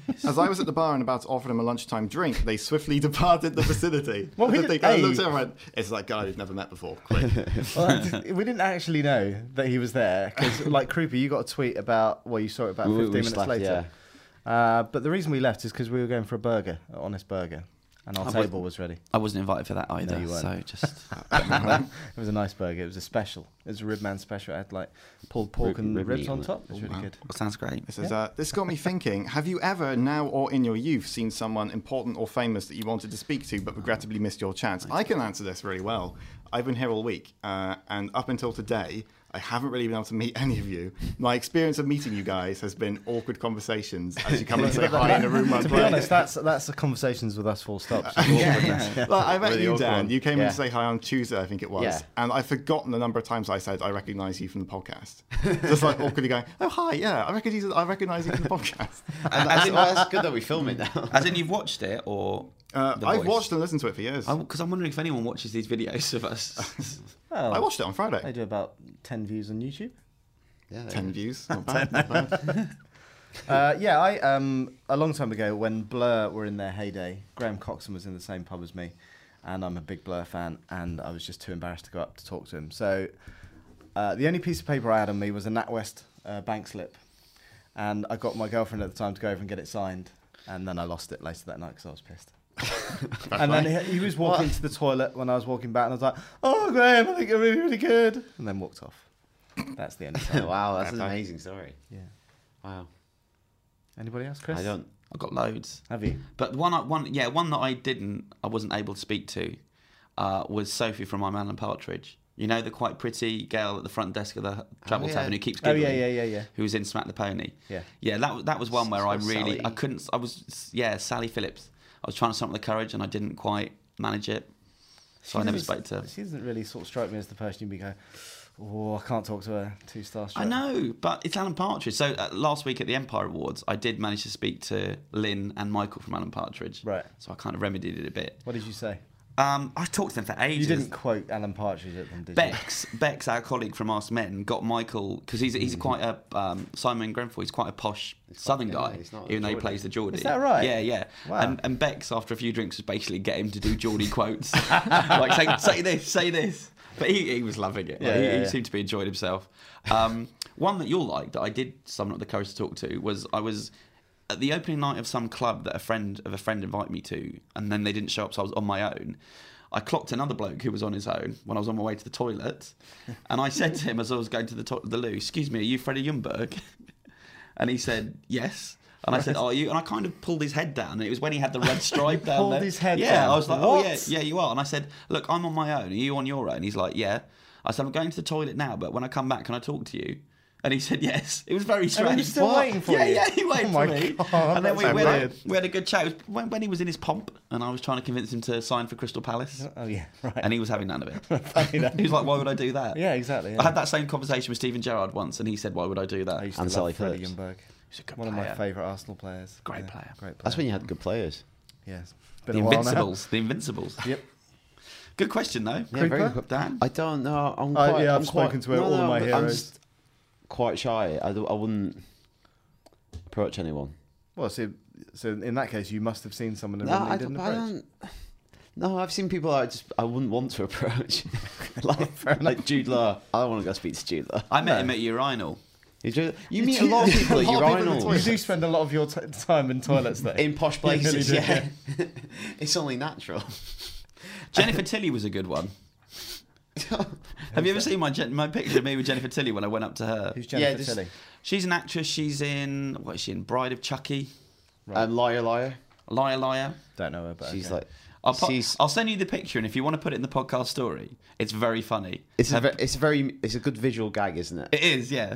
Speaker 2: As I was at the bar and about to offer them a lunchtime drink, they swiftly departed the facility.
Speaker 1: Well, we
Speaker 2: I
Speaker 1: did-
Speaker 2: think I
Speaker 1: hey.
Speaker 2: looked at him and went, it's that guy we've never met before. Quick.
Speaker 1: Well, I didn't- we didn't actually know that he was there because, like Krupa, you got a tweet about well, you saw it about
Speaker 4: We- we
Speaker 1: fifteen minutes
Speaker 4: slept,
Speaker 1: later. Uh, but the reason we left is because we were going for a burger, at Honest Burger, and our
Speaker 3: I wasn't-
Speaker 1: table was ready.
Speaker 3: I wasn't invited for that either,
Speaker 1: you weren't.
Speaker 3: so just.
Speaker 1: It was a nice burger. It was a special. It was a ribman special. It had like pulled pork
Speaker 4: Rib-
Speaker 1: and
Speaker 4: rib
Speaker 1: ribs
Speaker 4: meat
Speaker 1: on
Speaker 4: on it. Oh,
Speaker 1: top. It was really good.
Speaker 3: sounds great.
Speaker 2: It says, uh, this got me thinking. Have you ever, now or in your youth, seen someone important or famous that you wanted to speak to but regrettably missed your chance? I can answer this really well. I've been here all week, uh, and up until today, I haven't really been able to meet any of you. My experience of meeting you guys has been awkward conversations as you come and say hi in a room I'm
Speaker 1: To be
Speaker 2: playing.
Speaker 1: honest, that's that's the conversations with us full stops.
Speaker 2: Well, I met
Speaker 1: Really
Speaker 2: you,
Speaker 1: awkward
Speaker 2: Dan.
Speaker 1: one.
Speaker 2: You came
Speaker 1: Yeah.
Speaker 2: in to say hi on Tuesday, I think it was.
Speaker 4: Yeah.
Speaker 2: And I've forgotten the number of times I said I recognise you from the podcast. Just like awkwardly going, "Oh hi, yeah, I recognise I recognise you from the podcast."
Speaker 3: As in,
Speaker 4: Well, that's good that we film it now.
Speaker 3: as in you've watched it, or.
Speaker 2: Uh,
Speaker 3: The
Speaker 2: I've
Speaker 3: Voice?
Speaker 2: watched and listened to it for years.
Speaker 1: Oh,
Speaker 2: I,
Speaker 3: Because I'm wondering if anyone watches these videos of us.
Speaker 2: watched it on
Speaker 1: They
Speaker 2: Friday.
Speaker 1: do about ten views on YouTube.
Speaker 4: Yeah, there
Speaker 2: Ten
Speaker 4: you
Speaker 2: views. Not bad. Not bad.
Speaker 1: Uh, yeah, I um, a long time ago when Blur were in their heyday, Graham Coxon was in the same pub as me, and I'm a big Blur fan, and I was just too embarrassed to go up to talk to him. So uh, the only piece of paper I had on me was a NatWest uh, bank slip, and I got my girlfriend at the time to go over and get it signed, and then I lost it later that night because I was pissed. and then he, he was walking to the toilet when I was walking back, and I was like, "Oh, Graham, I think you're really, really good," and then walked off. That's the end. Of
Speaker 4: go.
Speaker 1: it.
Speaker 4: wow, that's an amazing story.
Speaker 1: Yeah.
Speaker 4: Wow.
Speaker 1: Anybody else, Chris?
Speaker 4: I don't.
Speaker 3: I've got loads.
Speaker 1: Have you?
Speaker 3: But one, I- one, yeah, one that I didn't, I wasn't able to speak to, uh, was Sophie from I'm Alan Partridge. You know the quite pretty girl at the front desk of the travel
Speaker 4: yeah.
Speaker 3: tavern who keeps
Speaker 1: Oh,
Speaker 3: giggling.
Speaker 1: yeah, yeah, yeah, yeah.
Speaker 3: Who was in Smack the Pony?
Speaker 1: Yeah.
Speaker 3: yeah. That was- that was one where I
Speaker 4: Sally-
Speaker 3: really I couldn't. I was yeah Sally Phillips. I was trying to summon the courage and I didn't quite manage it, so I never
Speaker 1: doesn't-
Speaker 3: spoke to her.
Speaker 1: She doesn't really sort of strike me as the person you'd be going, oh, I can't talk to her. Too starstruck.
Speaker 3: I know, but it's Alan Partridge. So uh, last week at the Empire Awards, I did manage to speak to Lynn and Michael from Alan Partridge.
Speaker 1: Right.
Speaker 3: So I kind of remedied it a bit.
Speaker 1: What did you say?
Speaker 3: Um, I talked to them for
Speaker 1: You
Speaker 3: ages.
Speaker 1: didn't quote Alan Partridge at them, did you?
Speaker 3: Bex, Bex, our colleague from Ask Men, got Michael because he's
Speaker 1: Hmm.
Speaker 3: he's quite a um, Simon Grenfell. He's quite a posh Southern
Speaker 4: yeah,
Speaker 3: guy,
Speaker 4: he's not a
Speaker 3: even though he
Speaker 4: Geordie.
Speaker 3: plays the Geordie.
Speaker 1: Is that right?
Speaker 3: Yeah, yeah.
Speaker 1: Wow.
Speaker 3: And, and Bex, after a few drinks, was basically get him to do Geordie quotes, like say, say this, say this. But he, he was loving it. Like,
Speaker 1: Yeah,
Speaker 3: he,
Speaker 1: yeah,
Speaker 3: he
Speaker 1: yeah.
Speaker 3: seemed to be enjoying himself. Um, one that you'll like that I did summon up the courage to talk to was I was at the opening night of some club that a friend of a friend invited me to, and then they didn't show up, so I was on my own. I clocked another bloke who was on his own when I was on my way to the toilet, and I said to him as I was going to the, to- the loo, "Excuse me, are you Freddie Jumberg?" And he said, "Yes." And I said, "Are you?" And I kind of pulled his head down, and it was when he had the red stripe down.
Speaker 1: pulled
Speaker 3: there.
Speaker 1: his head
Speaker 3: yeah,
Speaker 1: down.
Speaker 3: I was like, "Oh
Speaker 1: What?
Speaker 3: yeah, yeah, you are." And I said, "Look, I'm on my own. Are you on your own?" He's like, "Yeah." I said, "I'm going to the toilet now, but when I come back, can I talk to you?" And he said, "Yes." It was very
Speaker 1: he
Speaker 3: strange.
Speaker 1: was still
Speaker 3: What?
Speaker 1: waiting for
Speaker 3: yeah,
Speaker 1: you?
Speaker 3: Yeah, he waited
Speaker 1: Oh my
Speaker 3: for me.
Speaker 1: God,
Speaker 3: and then we,
Speaker 1: that's
Speaker 3: we, had a,
Speaker 1: weird.
Speaker 3: we had a good chat. It was when, when he was in his pomp, and I was trying to convince him to sign for Crystal Palace,
Speaker 1: Oh, yeah, right.
Speaker 3: and he was having none of it.
Speaker 1: Funny that.
Speaker 3: he was like, "Why would I do that?"
Speaker 1: yeah, exactly.
Speaker 3: I had that same conversation with Stephen Gerrard once, and he said, "Why would I do that?"
Speaker 1: I used
Speaker 4: And
Speaker 1: to
Speaker 4: Sally
Speaker 1: love Freddie
Speaker 4: Phillips.
Speaker 1: Ljungberg.
Speaker 3: He's a good
Speaker 1: One of my
Speaker 3: player.
Speaker 1: favourite Arsenal players.
Speaker 3: Great
Speaker 1: Yeah,
Speaker 3: player.
Speaker 1: Great player.
Speaker 4: That's when you had good players.
Speaker 1: Yes.
Speaker 3: The
Speaker 1: a while now.
Speaker 3: Invincibles. The Invincibles.
Speaker 1: Yep.
Speaker 3: Good question though.
Speaker 4: Yeah, very
Speaker 1: Krupa?
Speaker 4: good.
Speaker 3: Dan.
Speaker 4: I don't know. I'm
Speaker 1: Uh,
Speaker 4: quite,
Speaker 1: yeah,
Speaker 4: I'm
Speaker 1: I've
Speaker 4: quite,
Speaker 1: spoken to all of my
Speaker 4: but I'm
Speaker 1: heroes.
Speaker 4: just quite shy. I, d- I wouldn't approach anyone.
Speaker 1: Well, so, so in that case, you must have seen someone and
Speaker 4: No, I,
Speaker 1: really
Speaker 4: d-
Speaker 1: didn't
Speaker 4: but I
Speaker 1: approach.
Speaker 4: don't. No, I've seen people I just I wouldn't want to approach, like, like Jude Law. I don't want to go speak to Jude Law.
Speaker 3: I met him at urinal.
Speaker 4: You, do- you meet a lot of people at
Speaker 1: A lot of people in the
Speaker 4: urinals.
Speaker 1: toilet. You do spend a lot of your t- time in toilets, though.
Speaker 4: in posh
Speaker 1: You really
Speaker 4: places.
Speaker 1: do,
Speaker 4: yeah, it's only natural.
Speaker 3: Jennifer Tilly was a good one. Have you ever seen my gen- my picture of me with Jennifer Tilly when I went up to her?
Speaker 1: Who's
Speaker 4: Yeah,
Speaker 1: Jennifer
Speaker 4: this-
Speaker 1: Tilly?
Speaker 3: She's an actress. She's in what is she in? Bride of Chucky,
Speaker 4: Um, liar, liar.
Speaker 3: Liar Liar.
Speaker 1: Don't know her, but
Speaker 4: She's
Speaker 1: okay.
Speaker 4: like
Speaker 3: I'll, po-
Speaker 4: She's-
Speaker 3: I'll send you the picture, and if you want to put it in the podcast story, it's very funny.
Speaker 4: It's a,
Speaker 3: Her-
Speaker 4: ve- it's a very it's a good visual gag, isn't it?
Speaker 3: it is, yeah.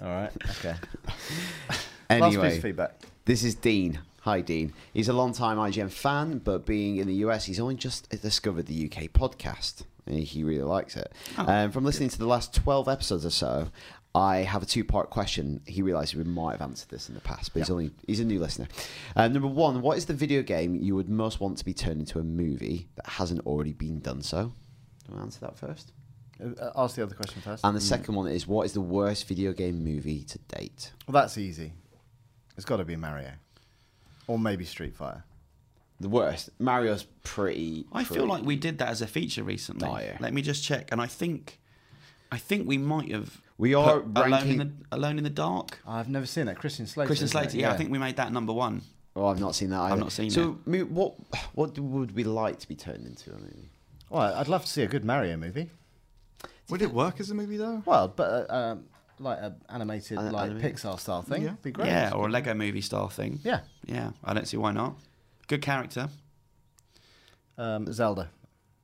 Speaker 4: All right. Okay.
Speaker 1: Last piece
Speaker 4: anyway,
Speaker 1: of feedback.
Speaker 4: This is Dean. Hi, Dean. He's a long-time IGN fan, but being in the US, he's only just discovered the UK podcast. and He really likes it. um, from listening to the last 12 episodes or so, I have a two-part question. He realised we might have answered this in the past, but he's only he's a new listener. Um, number one, what is the video game you would most want to be turned into a movie that hasn't already been done so? Do I answer that first? Mm.
Speaker 1: Uh, Ask the other question first.
Speaker 2: Um,
Speaker 4: And the second one is, what is the worst video game movie to date?
Speaker 1: well, that's easy. It's got to be Mario, or maybe Street Fighter.
Speaker 4: The worst. Mario's pretty.
Speaker 3: I feel
Speaker 4: pretty-
Speaker 3: like we did that as a feature recently.
Speaker 4: Oh, yeah.
Speaker 3: Let me just check, and I think, I think we might have.
Speaker 4: We are
Speaker 3: put alone in
Speaker 4: ranking-
Speaker 3: the alone in the dark.
Speaker 1: I've never seen that. Christian Slater.
Speaker 3: Christian
Speaker 1: isn't it?
Speaker 3: Slater. Yeah, I think we made that number one.
Speaker 4: Oh, I've not seen that. Either.
Speaker 3: not seen
Speaker 4: so, I mean, what what would we like to be turned into? I mean,
Speaker 1: Well, I'd love to see a good Mario movie.
Speaker 2: Would it work as a movie though?
Speaker 1: Well, but uh, um, like an animated,
Speaker 4: An-
Speaker 1: like
Speaker 4: animated?
Speaker 1: Pixar style thing,
Speaker 2: Yeah.
Speaker 1: be great.
Speaker 3: Yeah, or a Lego movie style thing.
Speaker 1: Yeah.
Speaker 3: Yeah, I don't see why not. Good character.
Speaker 1: Um, Zelda.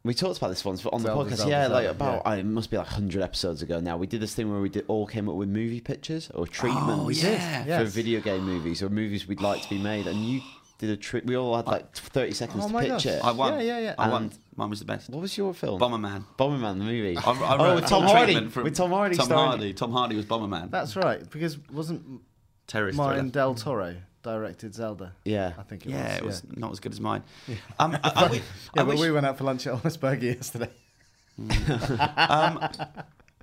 Speaker 4: we talked about this once but on
Speaker 1: Zelda,
Speaker 4: the podcast.
Speaker 1: Zelda,
Speaker 4: yeah,
Speaker 1: Zelda,
Speaker 4: like about I it must be like hundred episodes ago now. We did this thing where we did, all came up with movie pictures or treatments.
Speaker 3: Oh, yeah.
Speaker 4: for
Speaker 1: Yes.
Speaker 4: video game movies or movies we'd like to be made, and you did a tri We all had like thirty seconds
Speaker 1: Oh
Speaker 4: to
Speaker 1: my
Speaker 4: pitch
Speaker 1: gosh.
Speaker 4: it.
Speaker 3: I won.
Speaker 1: Yeah, yeah, yeah.
Speaker 3: I won.
Speaker 4: And-
Speaker 3: Mine was the best.
Speaker 4: What was your film?
Speaker 3: Bomberman.
Speaker 4: Bomberman the movie.
Speaker 3: I, I
Speaker 4: oh,
Speaker 3: wrote
Speaker 4: with
Speaker 3: a
Speaker 4: Tom
Speaker 3: whole
Speaker 4: Hardy.
Speaker 3: treatment from
Speaker 4: With Tom Hardy.
Speaker 3: Tom
Speaker 4: starring-
Speaker 3: Hardy. Tom Hardy was Bomberman.
Speaker 1: That's right, because wasn't
Speaker 3: terrorist.
Speaker 1: mine
Speaker 3: thriller.
Speaker 1: Del Toro directed Zelda?
Speaker 4: Yeah.
Speaker 1: I think it
Speaker 3: Yeah,
Speaker 1: was.
Speaker 3: it was not as good as mine. Um, I, I, wi-
Speaker 1: Yeah,
Speaker 3: I
Speaker 1: but
Speaker 3: wish
Speaker 1: we went out for lunch at Honest Burger yesterday.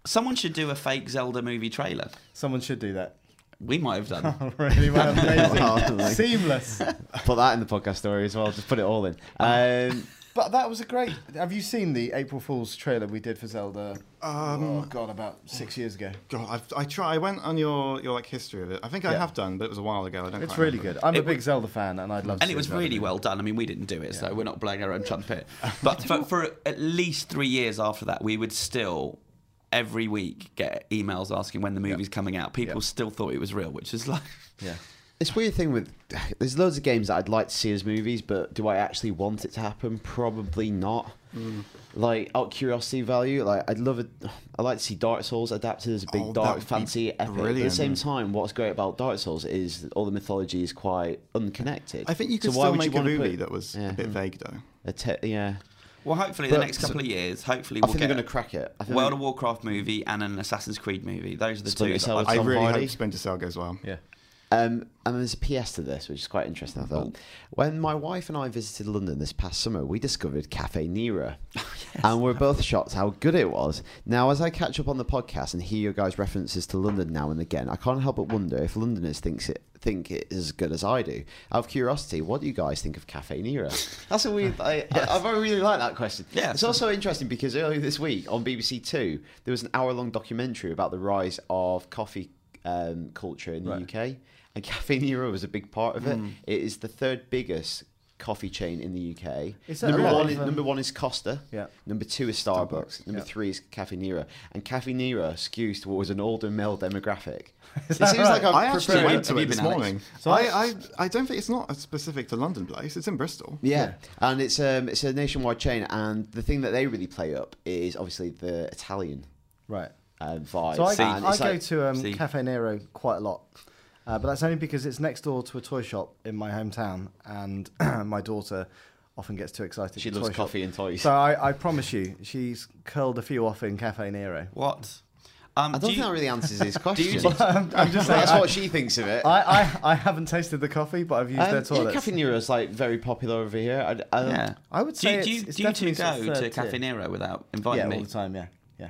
Speaker 3: someone should do a fake Zelda movie trailer.
Speaker 1: Someone should do that.
Speaker 3: We might have done.
Speaker 1: really well, amazing,
Speaker 4: Wow.
Speaker 1: seamless.
Speaker 4: Put that in the podcast story as well. Just put it all in.
Speaker 3: Uh,
Speaker 4: Um,
Speaker 1: But that was a great. Have you seen the April Fool's trailer we did for Zelda?
Speaker 4: Um,
Speaker 1: oh God, about six years ago.
Speaker 2: God, I've, I try. I went on your your like history of it. I think I
Speaker 1: Yeah.
Speaker 2: have done, but it was a while ago. I don't.
Speaker 1: It's
Speaker 2: quite
Speaker 1: really
Speaker 2: remember.
Speaker 1: good. I'm a
Speaker 3: It
Speaker 1: big Zelda fan, and I'd love. to
Speaker 3: And
Speaker 1: see
Speaker 3: it was
Speaker 1: Zelda
Speaker 3: really
Speaker 1: movie.
Speaker 3: well done. I mean, we didn't do it, so we're not blowing our own trumpet. But for, for at least three years after that, we would still every week get emails asking when the movie's coming out. People
Speaker 1: Yeah.
Speaker 3: still thought it was real, which is like,
Speaker 1: Yeah.
Speaker 4: This weird thing with there's loads of games that I'd like to see as movies, but do I actually want it to happen? Probably not.
Speaker 2: Mm.
Speaker 4: Like out of curiosity value, like I'd love it. I like to see Dark Souls adapted as a big
Speaker 2: Oh, that
Speaker 4: dark
Speaker 2: would be
Speaker 4: fantasy epic. But at the
Speaker 2: brilliant.
Speaker 4: same time, what's great about Dark Souls is all the mythology is quite unconnected.
Speaker 2: I think you
Speaker 4: So
Speaker 2: could
Speaker 4: why
Speaker 2: still
Speaker 4: would you
Speaker 2: make a
Speaker 4: wanna
Speaker 2: movie
Speaker 4: put
Speaker 2: that was
Speaker 4: Yeah.
Speaker 2: a bit
Speaker 1: Hmm.
Speaker 2: vague though.
Speaker 4: a te- yeah.
Speaker 3: well, hopefully the
Speaker 4: But-
Speaker 3: next couple of years, hopefully
Speaker 4: I
Speaker 3: we'll
Speaker 4: think
Speaker 3: get
Speaker 4: they're going to crack it. I think
Speaker 3: World
Speaker 4: they-
Speaker 3: of Warcraft movie and an Assassin's Creed movie. Those are the
Speaker 4: Splinter
Speaker 3: two.
Speaker 4: Cell
Speaker 3: that I-
Speaker 2: I
Speaker 4: Tom
Speaker 2: really
Speaker 4: Hardy?
Speaker 2: hope Splinter Cell goes well.
Speaker 1: Yeah.
Speaker 4: Um, and there's a PS to this, which is quite interesting. I thought. When my wife and I visited London this past summer, we discovered Cafe Nero, and we're both shocked how good it was. Now, as I catch up on the podcast and hear your guys' references to London now and again, I can't help but wonder if Londoners thinks it think it is as good as I do. Out of curiosity, what do you guys think of Cafe Nero? That's a weird. I, I, I really like that question.
Speaker 3: Yeah.
Speaker 4: it's also interesting because earlier this week on BBC Two, there was an hour-long documentary about the rise of coffee um, culture in the UK, and Cafe Nero was a big part of it.
Speaker 1: Hmm.
Speaker 4: It is the third biggest coffee chain in the UK.
Speaker 1: Is that
Speaker 4: Number
Speaker 1: right?
Speaker 4: one, is,
Speaker 1: Um,
Speaker 4: number one is Costa.
Speaker 1: Yeah.
Speaker 4: Number two is Starbucks. Number
Speaker 1: yeah.
Speaker 4: three is Cafe Nero, and Cafe Nero skews towards an older male demographic. it
Speaker 1: that
Speaker 4: seems
Speaker 1: right?
Speaker 4: like I'm
Speaker 2: Um, I actually
Speaker 4: preparing-
Speaker 3: Have
Speaker 2: went to
Speaker 3: you
Speaker 2: it
Speaker 3: been,
Speaker 2: this
Speaker 3: Alex?
Speaker 2: morning.
Speaker 1: So
Speaker 2: I, I I don't think it's not a specific to London place. It's in Bristol.
Speaker 4: Yeah. and it's um it's a nationwide chain, and the thing that they really play up is obviously the Italian
Speaker 1: Right.
Speaker 4: um, vibe.
Speaker 1: So I,
Speaker 3: See.
Speaker 4: and
Speaker 1: I
Speaker 4: it's
Speaker 1: go
Speaker 4: like-
Speaker 1: to um,
Speaker 3: See.
Speaker 1: Cafe Nero quite a lot, uh, but that's only because it's next door to a toy shop in my hometown, and my daughter often gets too excited.
Speaker 4: She
Speaker 1: at the
Speaker 4: loves
Speaker 1: toy shop.
Speaker 4: coffee and toys.
Speaker 1: So I, I promise you, she's curled a few off in Cafe Nero.
Speaker 3: what? Um,
Speaker 4: I don't
Speaker 3: do
Speaker 4: think
Speaker 3: you-
Speaker 4: that really answers his question.
Speaker 1: I'm, I'm just saying,
Speaker 4: That's
Speaker 1: I,
Speaker 4: what she thinks of it.
Speaker 1: I, I, I haven't tasted the coffee, but I've used
Speaker 4: Um,
Speaker 1: their
Speaker 4: yeah,
Speaker 1: toilets.
Speaker 4: Cafe Nero is like very popular over here. I, I don't-
Speaker 3: Yeah.
Speaker 1: I would
Speaker 3: Do you-
Speaker 1: say
Speaker 3: do you,
Speaker 1: it's- it's
Speaker 3: do you
Speaker 1: definitely
Speaker 3: two
Speaker 1: sort of
Speaker 3: go to
Speaker 1: third tier.
Speaker 3: Cafe Nero without
Speaker 1: yeah,
Speaker 3: inviting
Speaker 1: all
Speaker 3: me?
Speaker 1: the time. Yeah, yeah.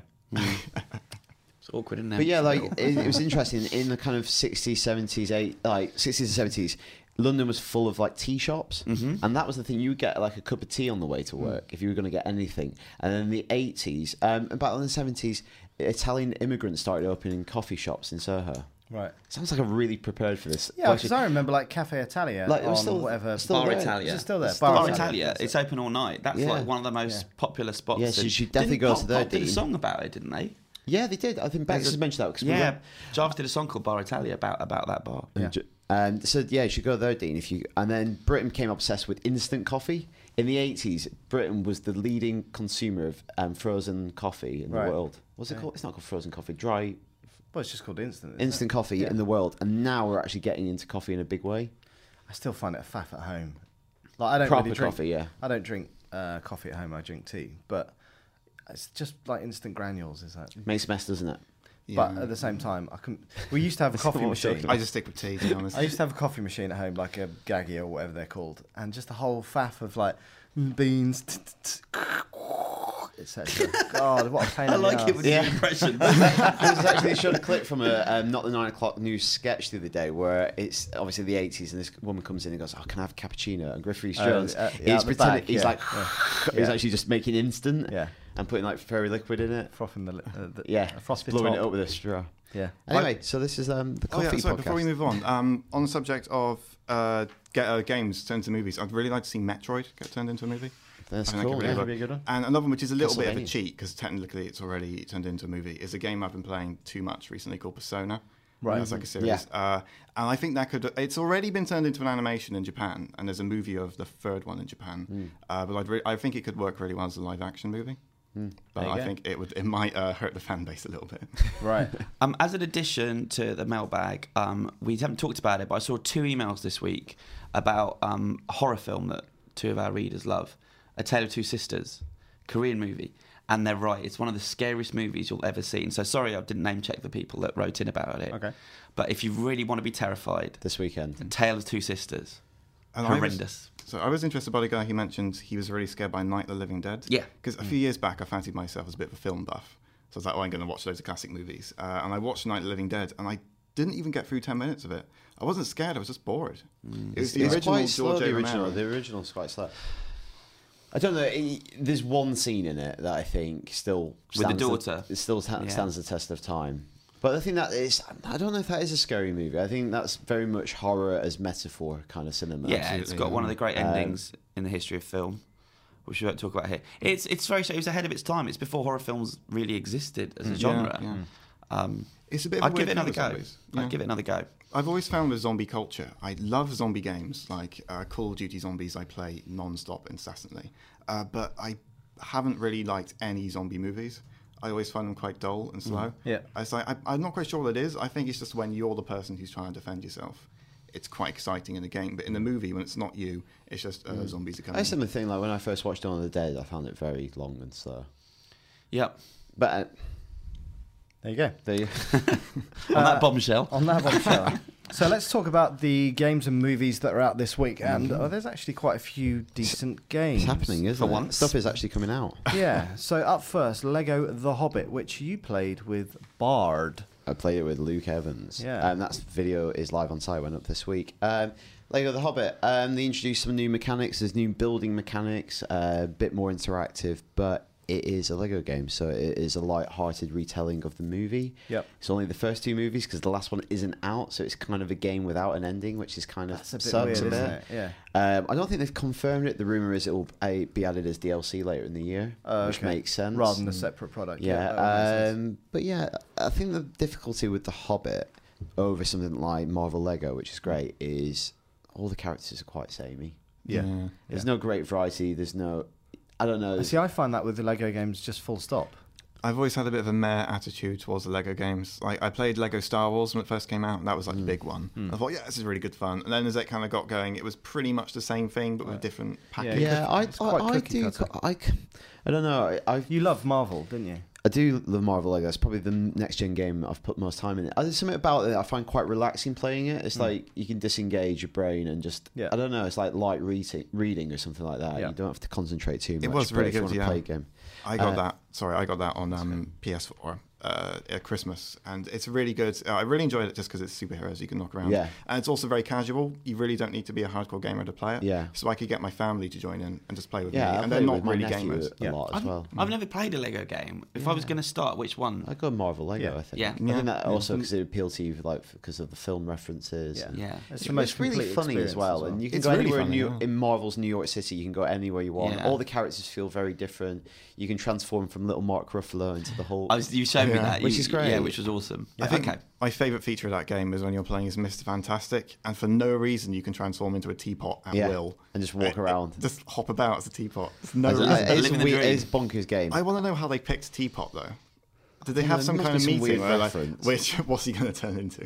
Speaker 3: It's awkward, isn't it?
Speaker 4: But yeah, like it, it was interesting in the kind of 60s, 70s, eight, like 60s and 70s. London was full of like tea shops, and that was the thing. You would get like a cup of tea on the way to work if you were going to get anything. And then the 80s, um, about in the 70s, Italian immigrants started opening coffee shops in Soho.
Speaker 1: Right.
Speaker 4: Sounds like I'm really prepared for this.
Speaker 1: Yeah, because
Speaker 4: Actually,
Speaker 1: I remember like Cafe Italia
Speaker 4: Like, it
Speaker 1: on
Speaker 4: was still-
Speaker 1: whatever.
Speaker 4: still
Speaker 3: Bar
Speaker 4: there.
Speaker 3: Italia.
Speaker 1: Is it still there?
Speaker 4: It's
Speaker 1: Bar
Speaker 3: Bar
Speaker 1: Italia.
Speaker 3: Italia.
Speaker 1: that's
Speaker 3: It's open all night. That's
Speaker 4: Yeah.
Speaker 3: like one of the most
Speaker 1: Yeah.
Speaker 3: popular spots.
Speaker 4: Yeah, so
Speaker 3: and-
Speaker 4: she definitely
Speaker 3: didn't
Speaker 4: goes
Speaker 3: Pop-
Speaker 4: to there,
Speaker 3: Pop did a
Speaker 4: Dean.
Speaker 3: song about it, didn't they?
Speaker 4: yeah, they did. I think Bex has mentioned that because
Speaker 3: yeah, Jarvis did a song called Bar Italia about about that bar.
Speaker 4: And J- Um, so yeah, you should go there, Dean. If you and then Britain became obsessed with instant coffee in the eighties. Britain was the leading consumer of um, frozen coffee in
Speaker 1: Right.
Speaker 4: the world. What's it called? It's not called frozen coffee. Dry
Speaker 1: Well, it's just called instant. isn't it?
Speaker 4: instant coffee in the world, and now we're actually getting into coffee in a big way.
Speaker 1: I still find it a faff at home. Like I don't
Speaker 4: Proper
Speaker 1: really drink,
Speaker 4: coffee, yeah.
Speaker 1: I don't drink uh, coffee at home. I drink tea, but it's just like instant granules. Is that?
Speaker 4: Makes mess, doesn't it?
Speaker 1: But at the same time, I can. We used to have a coffee
Speaker 4: what we're
Speaker 1: machine.
Speaker 4: talking
Speaker 2: I just stick with tea, to be honest.
Speaker 1: I used to have a coffee machine at home, like a gaggy or whatever they're called, and just the whole faff of like mm, beans, t- t- t- etc. God, what a pain!
Speaker 3: I
Speaker 1: in the
Speaker 3: like it
Speaker 1: arse.
Speaker 3: with your
Speaker 4: Yeah.
Speaker 3: impression.
Speaker 4: I was actually showed a clip from a um, not the nine o'clock news sketch the other day where it's obviously the eighties and this woman comes in and goes, "Oh, can I have a cappuccino?" And Griffith
Speaker 1: Oh,
Speaker 4: Jones,
Speaker 1: uh, yeah,
Speaker 4: he's
Speaker 1: at the
Speaker 4: pretending,
Speaker 1: back,
Speaker 4: he's
Speaker 1: yeah,
Speaker 4: like,
Speaker 1: yeah.
Speaker 4: he's
Speaker 1: Yeah.
Speaker 4: actually just making instant,
Speaker 1: Yeah.
Speaker 4: and putting like fairy liquid in it,
Speaker 1: frothing the, li- uh, the
Speaker 4: yeah,
Speaker 1: uh, frothy
Speaker 4: blowing it
Speaker 1: top.
Speaker 4: up with a straw.
Speaker 1: Yeah.
Speaker 4: Anyway, so this is um, the
Speaker 2: Oh
Speaker 4: coffee
Speaker 2: yeah, sorry,
Speaker 4: podcast.
Speaker 2: before we move on, um, on the subject of uh, get, uh, games turned to movies, I'd really like to see Metroid get turned into a movie.
Speaker 4: That's
Speaker 2: I think that
Speaker 4: cool,
Speaker 2: could
Speaker 4: yeah.
Speaker 2: work.
Speaker 1: That'd be a good one.
Speaker 2: And another one, which is a little bit of a
Speaker 4: Castlevania.
Speaker 2: cheat because technically it's already turned into a movie, is a game I've been playing too much recently called Persona.
Speaker 1: Right.
Speaker 2: That's like a series.
Speaker 4: Mm-hmm. Yeah.
Speaker 2: Uh, and I think that could, it's already been turned into an animation in Japan, and there's a movie of the third one in Japan.
Speaker 4: Mm.
Speaker 2: Uh, but I'd re- I think it could work really well as a live action movie.
Speaker 4: Mm.
Speaker 2: But
Speaker 1: There you
Speaker 2: I
Speaker 1: go.
Speaker 2: think it would it might uh, hurt the fan base a little bit.
Speaker 1: Right.
Speaker 3: Um, as an addition to the mailbag, um, we haven't talked about it, but I saw two emails this week about um, a horror film that two of our readers love, A Tale of Two Sisters, Korean movie, and they're right. It's one of the scariest movies you'll ever see. And so sorry, I didn't name check the people that wrote in about it.
Speaker 1: Okay.
Speaker 3: But if you really want to be terrified,
Speaker 4: This weekend,
Speaker 3: Tale of Two Sisters,
Speaker 2: And I was-
Speaker 3: horrendous.
Speaker 2: So I was interested by the guy who mentioned he was really scared by Night of the Living Dead.
Speaker 3: Yeah. Mm.
Speaker 2: Because a few years back, I fancied myself as a bit of a film buff. So I was like, oh, I'm going to watch loads of classic movies. Uh, and I watched Night of the Living Dead, and I didn't even get through 10 minutes of it. I wasn't scared, I was just bored.
Speaker 3: Mm.
Speaker 2: It was the
Speaker 4: it's
Speaker 2: original
Speaker 4: quite slow.
Speaker 2: George A.
Speaker 4: The original,
Speaker 2: Romero.
Speaker 4: the original's quite slow. I don't know. It, there's one scene in it that I think still
Speaker 3: With the
Speaker 4: stands
Speaker 3: daughter.
Speaker 4: it still ta-
Speaker 3: Yeah.
Speaker 4: stands the test of time. But I think that is. I don't know if that is a scary movie. I think that's very much horror as metaphor kind of cinema.
Speaker 3: yeah, it's
Speaker 2: absolutely,
Speaker 3: got one of
Speaker 2: yeah.
Speaker 3: the great endings in the history of film, which we won't talk about here. It's it's very it was ahead of its time. It's before horror films really existed as a genre.
Speaker 2: yeah.
Speaker 3: Um,
Speaker 2: It's a bit of a
Speaker 3: I'd give
Speaker 2: weird
Speaker 3: it another
Speaker 2: thing with
Speaker 3: go.
Speaker 2: zombies. Yeah.
Speaker 3: I'd give it another go.
Speaker 2: I've always found with zombie culture, I love zombie games like uh, Call of Duty Zombies. I play non-stop, incessantly, uh, but I haven't really liked any zombie movies. I always find them quite dull and slow.
Speaker 1: Yeah.
Speaker 2: it's like I, I'm not quite sure what it is. I think it's just when you're the person who's trying to defend yourself, it's quite exciting in a game. But in the movie, when it's not you, it's just uh, zombies are coming.
Speaker 4: I similar thing. Like when I first watched Dawn of the Dead, I found it very long and slow.
Speaker 3: Yep.
Speaker 4: But uh,
Speaker 1: There you go.
Speaker 4: there you.
Speaker 3: On that bombshell.
Speaker 1: On that bombshell. so let's talk about the games and movies that are out this week. And oh, there's actually quite a few decent games.
Speaker 4: Mm-hmm. It's happening, isn't
Speaker 3: For
Speaker 4: it?
Speaker 3: once.
Speaker 4: Stuff is actually coming out.
Speaker 1: Yeah. So up first, Lego The Hobbit, which you played with Bard.
Speaker 4: I played it with Luke Evans.
Speaker 1: Yeah.
Speaker 4: Um, that video is live on site, went up this week. Um, Lego The Hobbit, um, they introduced some new mechanics. There's new building mechanics, uh, a bit more interactive, but it is a Lego game, so it is a light-hearted retelling of the movie.
Speaker 1: Yep.
Speaker 4: It's only the first two movies because the last one isn't out, so it's kind of a game without an ending, which is kind of
Speaker 1: That's a bit
Speaker 4: sucks
Speaker 1: weird,
Speaker 4: a
Speaker 1: isn't
Speaker 4: bit.
Speaker 1: it? Yeah.
Speaker 4: Um, I don't think they've confirmed it. The rumor is it will uh, be added as DLC later in the year,
Speaker 1: Oh,
Speaker 4: which
Speaker 1: okay.
Speaker 4: makes sense
Speaker 1: Rather than a separate product. Oh,
Speaker 4: yeah,
Speaker 1: that makes sense.
Speaker 4: um, but yeah, I think the difficulty with the Hobbit over something like Marvel Lego, which is great, is all the characters are quite samey.
Speaker 1: yeah.
Speaker 4: There's no great variety. There's no, I don't know.
Speaker 1: See, I find that with the Lego games, just full stop.
Speaker 2: I've always had a bit of a meh attitude towards the Lego games. Like I played Lego Star Wars when it first came out, and that was like
Speaker 4: Hmm.
Speaker 2: the big one. I thought, yeah, this is really good fun. And then as it kind of got going, it was pretty much the same thing but with a different package.
Speaker 4: yeah, I,
Speaker 1: It's
Speaker 4: I,
Speaker 1: quite
Speaker 4: I
Speaker 1: cookie
Speaker 4: do.
Speaker 1: cutter.
Speaker 4: I, c- I don't know. I, I
Speaker 1: You love Marvel, didn't you?
Speaker 4: I do love Marvel Lego. It's probably the next gen game I've put most time in. it. Uh, There's something about it I find quite relaxing playing it. It's like you can disengage your brain and just
Speaker 1: Hmm. Yeah.
Speaker 4: I don't know. It's like light reading, reading or something like that.
Speaker 1: Yeah.
Speaker 4: You don't have to concentrate too much.
Speaker 2: was
Speaker 4: but
Speaker 2: really
Speaker 4: if you
Speaker 2: good,
Speaker 4: wanna
Speaker 2: yeah.
Speaker 4: Play a game.
Speaker 2: I got
Speaker 4: Uh,
Speaker 2: that. Sorry, I got that on um, PS4 uh, at Christmas, and it's really good. Uh, I really enjoyed it just because it's superheroes you can knock around.
Speaker 4: Yeah.
Speaker 2: and it's also very casual. You really don't need to be a hardcore gamer to play it.
Speaker 4: Yeah.
Speaker 2: so I could get my family to join in and just play with
Speaker 4: Yeah,
Speaker 2: me, and
Speaker 4: I play
Speaker 2: they're
Speaker 4: it
Speaker 2: not
Speaker 4: with my
Speaker 2: really
Speaker 4: nephew
Speaker 2: gamers.
Speaker 4: a lot as
Speaker 3: I've,
Speaker 4: well.
Speaker 3: I've never played a Lego game. If I was going to start, which one?
Speaker 4: I go Marvel Lego.
Speaker 1: Yeah.
Speaker 4: I think.
Speaker 3: Yeah.
Speaker 4: I
Speaker 2: Yeah.
Speaker 4: think that also because it appealed to you, like because of the film references.
Speaker 1: Yeah.
Speaker 4: and-
Speaker 3: Yeah.
Speaker 1: It's
Speaker 4: It's,
Speaker 1: the most
Speaker 4: really
Speaker 1: complete
Speaker 4: funny
Speaker 1: experience
Speaker 4: as well, and you can
Speaker 2: It's
Speaker 4: go
Speaker 2: really
Speaker 4: anywhere
Speaker 2: funny,
Speaker 4: in, New-
Speaker 2: yeah.
Speaker 4: in Marvel's New York City. You can go anywhere you want.
Speaker 3: Yeah.
Speaker 4: All the characters feel very different. You can transform from little Mark Ruffalo into the whole.
Speaker 3: I was, Oh, you showed remember
Speaker 2: Yeah.
Speaker 3: that.
Speaker 4: Which is great.
Speaker 3: Yeah, which was awesome.
Speaker 2: I think
Speaker 3: okay.
Speaker 2: my favorite feature of that game is when you're playing as Mr. Fantastic, and for no reason you can transform into a teapot at
Speaker 4: Yeah,
Speaker 2: will
Speaker 4: and just walk
Speaker 2: Uh, uh,
Speaker 4: around.
Speaker 2: just hop about as a teapot. There's no
Speaker 4: I don't know,
Speaker 2: reason.
Speaker 3: Living
Speaker 4: it's,
Speaker 3: the
Speaker 4: a weird,
Speaker 3: dream.
Speaker 4: it is bonkers game.
Speaker 2: I want to know how they picked teapot though. Did they
Speaker 4: Yeah,
Speaker 2: have
Speaker 4: there
Speaker 2: some
Speaker 4: must
Speaker 2: kind
Speaker 4: be
Speaker 2: of
Speaker 4: some
Speaker 2: meeting
Speaker 4: weird
Speaker 2: where like,
Speaker 4: reference.
Speaker 2: which what's he going to turn into?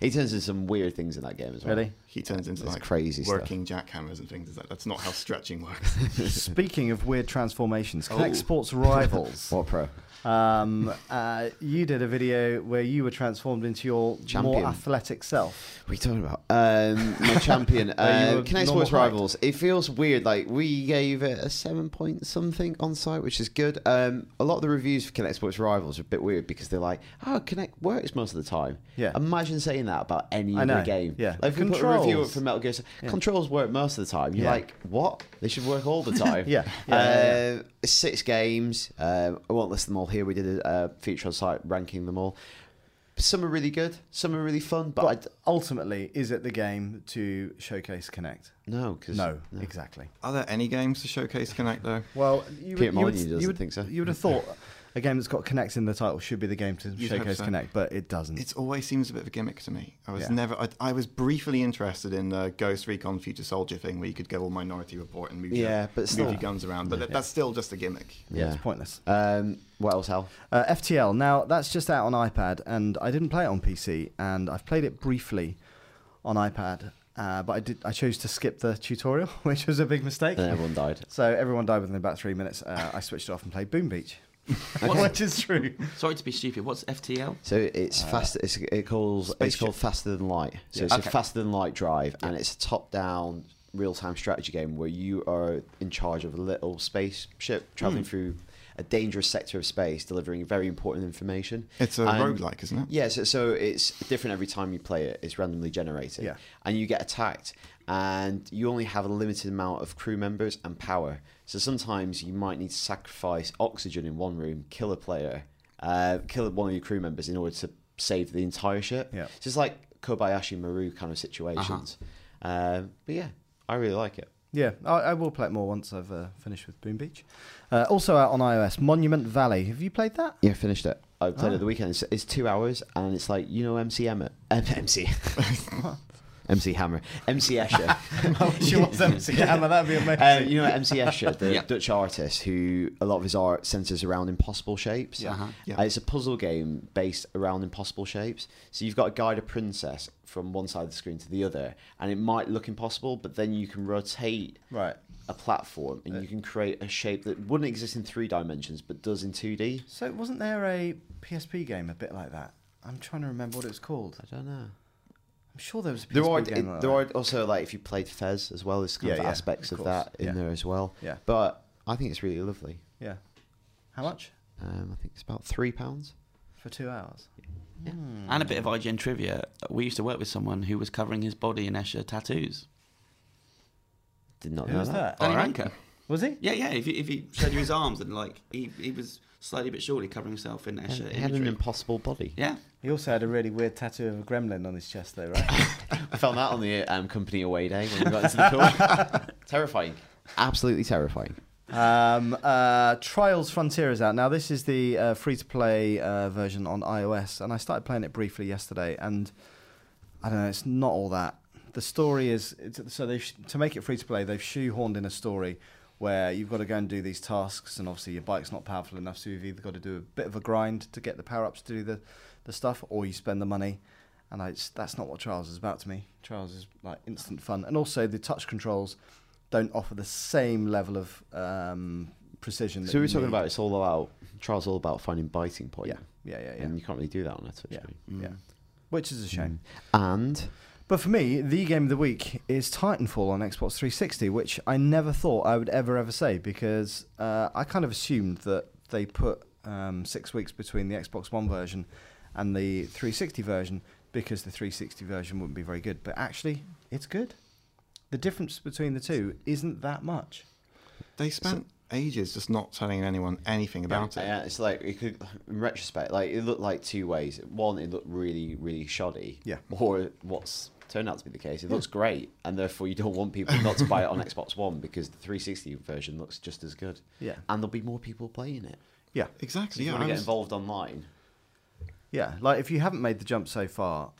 Speaker 4: He turns into some weird things in that game as well.
Speaker 1: Really?
Speaker 2: He turns into
Speaker 4: It's
Speaker 2: like
Speaker 4: crazy stuff.
Speaker 2: working jackhammers and things. It's Like that's not how stretching works.
Speaker 1: Speaking of weird transformations, Connect
Speaker 2: Oh.
Speaker 1: Sports Rivals.
Speaker 4: What pro?
Speaker 1: um, uh, you did a video where you were transformed into your
Speaker 4: Champion.
Speaker 1: more athletic self.
Speaker 4: What are you talking about? Um, my champion.
Speaker 1: Are you
Speaker 4: uh,
Speaker 1: a
Speaker 4: Connect
Speaker 1: normal
Speaker 4: Sports
Speaker 1: height?
Speaker 4: Rivals. It feels weird. Like we gave it a seven point something on site, which is good. Um, a lot of the reviews for Connect Sports Rivals are a bit weird because they're like, "Oh, Connect works most of the time."
Speaker 1: Yeah.
Speaker 4: Imagine saying that about any
Speaker 1: I know,
Speaker 4: other game.
Speaker 1: yeah.
Speaker 4: Like if we put a review up
Speaker 1: Controls.
Speaker 4: for Metal Gear, controls work most of the time. You're
Speaker 1: Yeah.
Speaker 4: like, "What? They should work all the time."
Speaker 1: Yeah, yeah, yeah,
Speaker 4: Um, Six games. Um, I won't list them all here. We did a uh, feature on site ranking them all. Some are really good. Some are really fun. But, I d-
Speaker 1: But ultimately, is it the game to showcase Connect?
Speaker 4: no, because
Speaker 1: No, exactly.
Speaker 2: Are there any games to showcase Connect though?
Speaker 1: Well, you
Speaker 4: Peter
Speaker 1: would, you would,
Speaker 4: Molyneux doesn't
Speaker 1: you would,
Speaker 4: think so.
Speaker 1: You would have thought a game that's got Connect in the title should be the game to
Speaker 2: You'd hope
Speaker 1: showcase
Speaker 2: so.
Speaker 1: Connect, but it doesn't.
Speaker 2: It always seems a bit of a gimmick to me. I was
Speaker 1: Yeah.
Speaker 2: never. I, I was briefly interested in the Ghost Recon Future Soldier thing, where you could go all Minority Report and move,
Speaker 4: Yeah,
Speaker 2: your,
Speaker 4: but still-
Speaker 2: move your guns around. But that- that's still just a gimmick.
Speaker 1: yeah, it's pointless.
Speaker 4: Um, what else, Hal?
Speaker 1: Uh, FTL. Now that's just out on iPad, and I didn't play it on PC, and I've played it briefly on iPad, uh, but I did. I chose to skip the tutorial, which was a big mistake.
Speaker 4: And everyone died.
Speaker 1: So everyone died within about three minutes. Uh, I switched it off and played Boom Beach, which is true.
Speaker 3: Sorry to be stupid. What's FTL?
Speaker 4: So it's fast. It's, it calls. It's
Speaker 2: Spaceship.
Speaker 4: called Faster Than Light. So it's
Speaker 3: Okay.
Speaker 4: a Faster Than Light drive, and it's a top-down real-time strategy game where you are in charge of a little spaceship traveling through a dangerous sector of space, delivering very important information.
Speaker 2: It's a
Speaker 4: And-
Speaker 2: roguelike, isn't it?
Speaker 4: Yeah. So, so it's different every time you play it. It's randomly generated.
Speaker 1: Yeah.
Speaker 4: and you get attacked and you only have a limited amount of crew members and power so sometimes you might need to sacrifice oxygen in one room kill a player uh, kill one of your crew members in order to save the entire ship
Speaker 1: Yeah.
Speaker 4: so it's like kobayashi maru kind of situations
Speaker 1: Uh-huh.
Speaker 4: Um but yeah i really like it
Speaker 1: Yeah, I, I will play it more once I've uh, finished with Boom Beach. Uh, also out on iOS, Monument Valley. Have you played that?
Speaker 4: yeah finished it i played
Speaker 1: Ah.
Speaker 4: it the weekend it's, it's two hours and it's like you know mc emmett um, mc MC Hammer, MC Escher.
Speaker 1: she was MC Hammer. That'd be amazing.
Speaker 4: Uh, you know MC Escher, the
Speaker 3: Yeah.
Speaker 4: Dutch artist, who a lot of his art centres around impossible shapes.
Speaker 3: Uh-huh.
Speaker 2: Yeah.
Speaker 4: Uh, it's a puzzle game based around impossible shapes. So you've got to guide a princess from one side of the screen to the other, and it might look impossible, but then you can rotate
Speaker 1: right.
Speaker 4: a platform and you can create a shape that wouldn't exist in three dimensions but does in two D.
Speaker 1: So wasn't there a PSP game a bit like that? I'm trying to remember what it was called.
Speaker 4: I don't know.
Speaker 1: I'm sure there was a PSP
Speaker 4: There are
Speaker 1: game
Speaker 4: it-
Speaker 1: like
Speaker 4: there
Speaker 1: that.
Speaker 4: are also like if you played Fez as well, there's kind
Speaker 1: Yeah,
Speaker 4: of
Speaker 1: yeah,
Speaker 4: aspects
Speaker 1: of
Speaker 4: of,
Speaker 1: course.
Speaker 4: that in
Speaker 1: Yeah.
Speaker 4: there as well.
Speaker 1: Yeah.
Speaker 4: But I think it's really lovely.
Speaker 1: Yeah. How much?
Speaker 4: Um, I think it's about three pounds.
Speaker 1: For two hours.
Speaker 3: And a bit of IGN trivia. We used to work with someone who was covering his body in Escher tattoos.
Speaker 4: Did not
Speaker 1: Who
Speaker 4: know
Speaker 1: was that?
Speaker 3: Danny
Speaker 2: Alright.
Speaker 3: Ranker.
Speaker 1: Was he?
Speaker 3: Yeah, yeah. If you, if you showed you his arms and like he, he was slightly but surely covering himself in
Speaker 4: And
Speaker 3: Escher
Speaker 4: He had an
Speaker 3: imagery.
Speaker 4: impossible body.
Speaker 3: yeah.
Speaker 1: He also had a really weird tattoo of a gremlin on his chest, though, right?
Speaker 4: I found that on the um, company away day when we got into the pool. terrifying. Absolutely terrifying.
Speaker 1: um, uh, Trials Frontier is out now. This is the uh, free-to-play uh, version on iOS, and I started playing it briefly yesterday. And I don't know, it's not all that. The story is it's, so they have to make it free-to-play. They've shoehorned in a story where you've got to go and do these tasks, and obviously your bike's not powerful enough, so you've either got to do a bit of a grind to get the power-ups to do the, the stuff, or you spend the money. And I, it's, that's not what Trials is about to me. Trials is like instant fun, and also the touch controls don't offer the same level of um, precision. that
Speaker 4: So we were
Speaker 1: you
Speaker 4: talking
Speaker 1: need.
Speaker 4: about it's all about trials, all about finding biting point.
Speaker 1: yeah, yeah, yeah, yeah,
Speaker 4: and you can't really do that on a Twitch.
Speaker 1: yeah,
Speaker 4: Screen.
Speaker 1: yeah. Which is a shame.
Speaker 4: Mm. And
Speaker 1: But for me, the game of the week is Titanfall on Xbox 360, which I never thought I would ever ever say because uh, I kind of assumed that they put um, six weeks between the Xbox One version and the 360 version because the 360 version wouldn't be very good. But actually, it's good. The difference between the two isn't that much.
Speaker 2: They spent ages just not telling anyone anything about it.
Speaker 4: yeah, it's like it could, in retrospect, like it looked like two ways. One, it looked really, really shoddy.
Speaker 1: Yeah.
Speaker 4: Or what's turned out to be the case, it looks great, and therefore you don't want people not to buy it on Xbox One because the 360 version looks just as good.
Speaker 1: Yeah.
Speaker 4: And there'll be more people playing it.
Speaker 1: Yeah.
Speaker 4: So
Speaker 2: Exactly.
Speaker 4: if
Speaker 2: Yeah,
Speaker 4: you want
Speaker 2: I
Speaker 4: to get
Speaker 2: was-
Speaker 4: involved online,
Speaker 1: Yeah, like if you haven't made the jump so far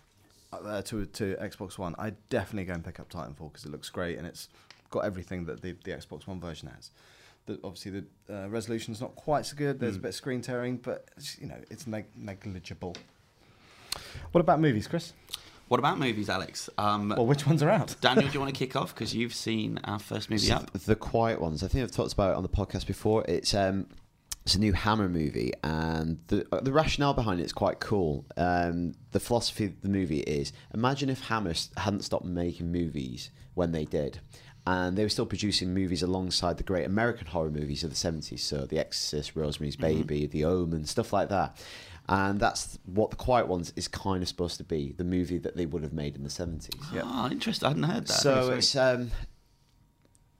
Speaker 1: uh, to to Xbox One, I definitely go and pick up Titanfall because it looks great and it's got everything that the, the Xbox One version has. The, obviously, the uh, resolution's not quite so good.
Speaker 3: Mm.
Speaker 1: There's a bit of screen tearing, but it's, you know it's neg- negligible. What about movies, Chris?
Speaker 3: What about movies, Alex? Um,
Speaker 1: Well, which ones are out?
Speaker 3: Daniel, do you want to kick off because you've seen our first movie
Speaker 4: So
Speaker 3: up?
Speaker 4: th- The quiet ones. I think I've talked about it on the podcast before. It's um, it's a new Hammer movie, and the uh, the rationale behind it is quite cool. Um, the philosophy of the movie is: imagine if Hammer s- hadn't stopped making movies when they did. And they were still producing movies alongside the great American horror movies of the 70s. So The Exorcist, Rosemary's Baby, The Omen, stuff like that. And that's what The Quiet Ones is kind of supposed to be the movie that they would have made in the 70s.
Speaker 3: Ah, interesting. I hadn't heard that.
Speaker 4: So it's um,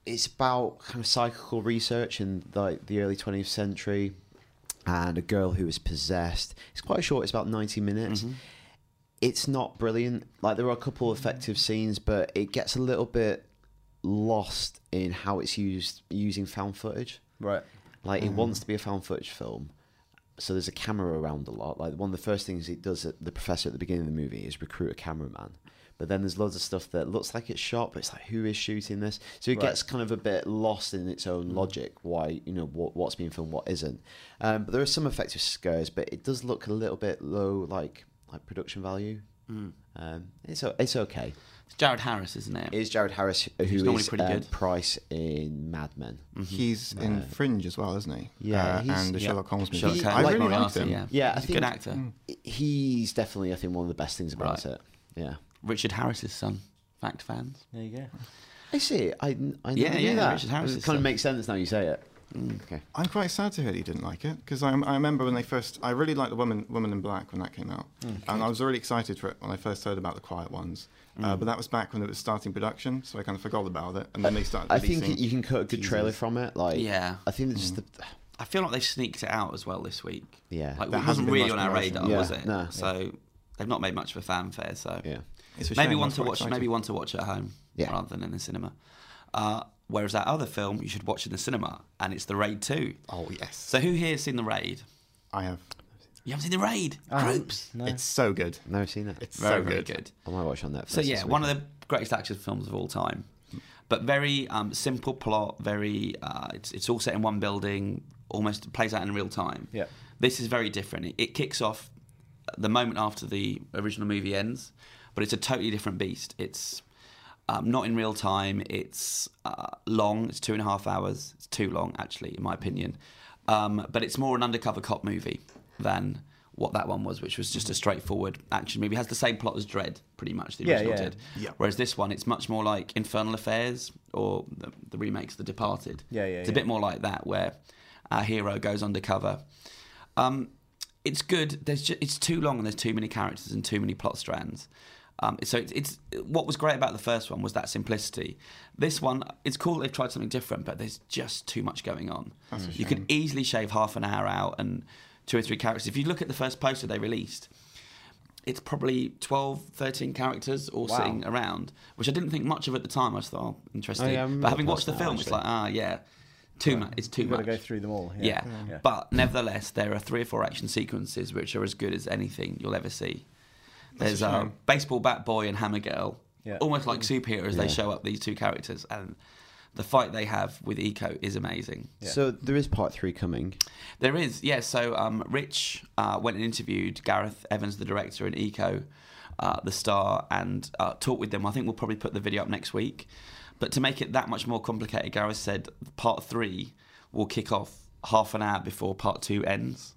Speaker 4: it's about kind of psychical research in like the early 20th century, and a girl who is possessed. It's quite short. It's about 90 minutes.
Speaker 3: Mm-hmm.
Speaker 4: It's not brilliant. Like there are a couple effective scenes, but it gets a little bit lost in how it's used using found footage.
Speaker 1: Right.
Speaker 4: Like
Speaker 3: Mm.
Speaker 4: it wants to be a found footage film, so there's a camera around a lot. Like one of the first things he does, at the professor at the beginning of the movie, is recruit a cameraman. But then there's loads of stuff that looks like it's shot, but it's like who is shooting this? So it
Speaker 1: Right.
Speaker 4: gets kind of a bit lost in its
Speaker 3: Mm.
Speaker 4: own logic. Why you know what, what's being filmed, what isn't. Um, but there are some effective scares, but it does look a little bit low, like like production value.
Speaker 3: Mm.
Speaker 4: Um, it's o- it's okay.
Speaker 3: It's Jared Harris, isn't it?
Speaker 4: Is Jared Harris who
Speaker 3: He's
Speaker 4: is
Speaker 3: normally pretty
Speaker 4: um,
Speaker 3: good.
Speaker 4: Price in Mad Men?
Speaker 2: He's in Fringe as well, isn't he?
Speaker 4: Yeah,
Speaker 2: Uh,
Speaker 4: he's-
Speaker 2: and the
Speaker 4: yeah.
Speaker 2: Sherlock Holmes movie.
Speaker 3: Sherlock
Speaker 4: He-
Speaker 3: Holmes,
Speaker 4: I really
Speaker 3: Moriarty,
Speaker 2: liked him.
Speaker 3: Yeah,
Speaker 4: Yeah, I
Speaker 3: He's a good
Speaker 4: think- Mm.
Speaker 3: actor.
Speaker 4: He's definitely, I think, one of the best things about
Speaker 3: Right.
Speaker 4: it. Yeah.
Speaker 3: Richard Harris's son. Fact fans.
Speaker 1: There you go.
Speaker 4: I see. I, I
Speaker 3: Yeah,
Speaker 4: never knew
Speaker 3: yeah,
Speaker 4: that.
Speaker 3: Richard Harris
Speaker 4: it
Speaker 3: is
Speaker 4: kind
Speaker 3: so- Mm.
Speaker 4: of makes sense now you say it. Okay.
Speaker 2: I'm quite sad to hear that you didn't like it because I, I remember when they first. I really liked the Woman Woman in Black when that came out,
Speaker 4: Mm.
Speaker 2: and I was really excited for it when I first heard about the Quiet Ones.
Speaker 4: Mm.
Speaker 2: Uh, but that was back when it was starting production, so I kind of forgot about it, and then they started.
Speaker 4: I think
Speaker 2: releasing
Speaker 4: you can cut a good trailer from it. Like,
Speaker 3: Yeah. Mm.
Speaker 4: I think it's just the.
Speaker 3: I feel like they've sneaked it out as well this week.
Speaker 4: Yeah.
Speaker 3: like
Speaker 2: There
Speaker 3: it wasn't
Speaker 2: hasn't been
Speaker 3: really
Speaker 2: much
Speaker 3: on our
Speaker 2: promotion.
Speaker 3: radar,
Speaker 4: Yeah,
Speaker 3: was it?
Speaker 4: no.
Speaker 3: So they've not made much of a fanfare. So
Speaker 4: Yeah.
Speaker 2: It's a
Speaker 3: maybe
Speaker 2: shame, I
Speaker 3: one
Speaker 2: was
Speaker 3: to
Speaker 2: quite
Speaker 3: watch.
Speaker 2: excited.
Speaker 3: Maybe one to watch at home
Speaker 4: Yeah.
Speaker 3: rather than in the cinema. Uh, whereas that other film you should watch in the cinema, and it's The Raid Two.
Speaker 2: Oh yes,
Speaker 3: So who here's seen The Raid?
Speaker 2: I have.
Speaker 3: You haven't seen The Raid? Groups.
Speaker 2: It's so good.
Speaker 4: I've never seen that.
Speaker 2: It's
Speaker 3: Very,
Speaker 2: Oh. so
Speaker 3: very
Speaker 2: good.
Speaker 3: good.
Speaker 4: I might watch on Netflix.
Speaker 3: So yeah, one of the greatest action films of all time, but very um, simple plot. Very, uh, it's it's all set in one building. Almost plays out in real time.
Speaker 1: Yeah.
Speaker 3: this is very different. It, it kicks off the moment after the original movie ends, but it's a totally different beast. It's um, not in real time. It's uh, long. It's two and a half hours. It's too long, actually, in my opinion. Um, but it's more an undercover cop movie than what that one was, which was just a straightforward action movie. It has the same plot as Dread, pretty much. The
Speaker 1: Yeah,
Speaker 3: original
Speaker 1: yeah.
Speaker 3: did. Whereas this one, it's much more like Infernal Affairs or the, the remakes, The Departed.
Speaker 1: Yeah, yeah,
Speaker 3: It's a
Speaker 1: yeah.
Speaker 3: bit more like that, where our hero goes undercover. Um, it's good. There's just, it's too long and there's too many characters and too many plot strands. Um, so it's, it's what was great about the first one was that simplicity. This one, it's cool they've tried something different, but there's just too much going on. You could easily shave half an hour out and two or three characters. If you look at the first poster they released, it's probably 12, 13 characters all
Speaker 1: Wow.
Speaker 3: sitting around, which I didn't think much of at the time. I just thought, oh, interesting.
Speaker 4: Oh, yeah, I remember
Speaker 3: but having
Speaker 4: the
Speaker 3: watched the
Speaker 4: poster now,
Speaker 3: film, it's
Speaker 4: actually.
Speaker 3: like, ah, yeah, too much. It's too
Speaker 1: You've got to go
Speaker 3: much.
Speaker 1: through them all.
Speaker 3: Yeah.
Speaker 1: Yeah.
Speaker 3: But nevertheless, there are three or four action sequences which are as good as anything you'll ever see. There's
Speaker 2: a
Speaker 3: uh,
Speaker 2: shame.
Speaker 3: Baseball Bat Boy and Hammer Girl.
Speaker 1: Yeah.
Speaker 3: Almost like superheroes, they
Speaker 4: Yeah.
Speaker 3: show up, these two characters. And the fight they have with Eco is amazing.
Speaker 1: Yeah.
Speaker 4: So there is part three coming.
Speaker 3: There is, yeah. So um, Rich uh, went and interviewed Gareth Evans, the director, and Eco, uh, the star, and uh, talked with them. I think we'll probably put the video up next week. But to make it that much more complicated, Gareth said part three will kick off half an hour before part two ends.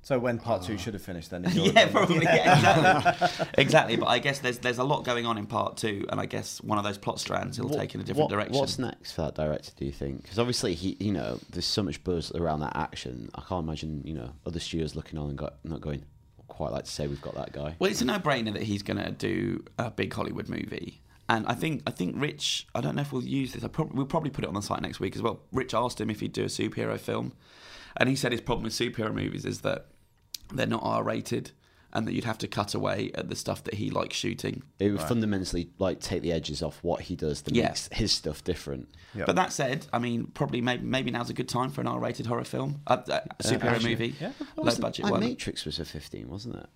Speaker 1: So when part two should have finished, then. in your
Speaker 3: yeah,
Speaker 1: opinion.
Speaker 3: probably. Yeah, exactly. exactly. But I guess there's there's a lot going on in part two, and I guess one of those plot strands will
Speaker 4: What-
Speaker 3: take in a different
Speaker 4: what-
Speaker 3: direction.
Speaker 4: What's next for that director? Do you think? Because obviously he, you know, there's so much buzz around that action. I can't imagine, you know, other studios looking on and got, not going. Quite like to say we've got that guy.
Speaker 3: Well, it's a no-brainer that he's going to do a big Hollywood movie. And I think I think Rich. I don't know if we'll use this. I prob- we'll probably put it on the site next week as well. Rich asked him if he'd do a superhero film, and he said his problem with superhero movies is that they're not R-rated, and that you'd have to cut away at the stuff that he likes shooting.
Speaker 4: It would fundamentally like take the edges off what he does that
Speaker 3: Yeah.
Speaker 4: makes his stuff different.
Speaker 1: Yep.
Speaker 3: But that said, I mean, probably maybe, maybe now's a good time for an R-rated horror film, a, a superhero movie,
Speaker 1: Uh, Yeah.
Speaker 3: low
Speaker 4: Wasn't-
Speaker 3: budget
Speaker 4: like
Speaker 3: one.
Speaker 4: Matrix was a 15, wasn't it?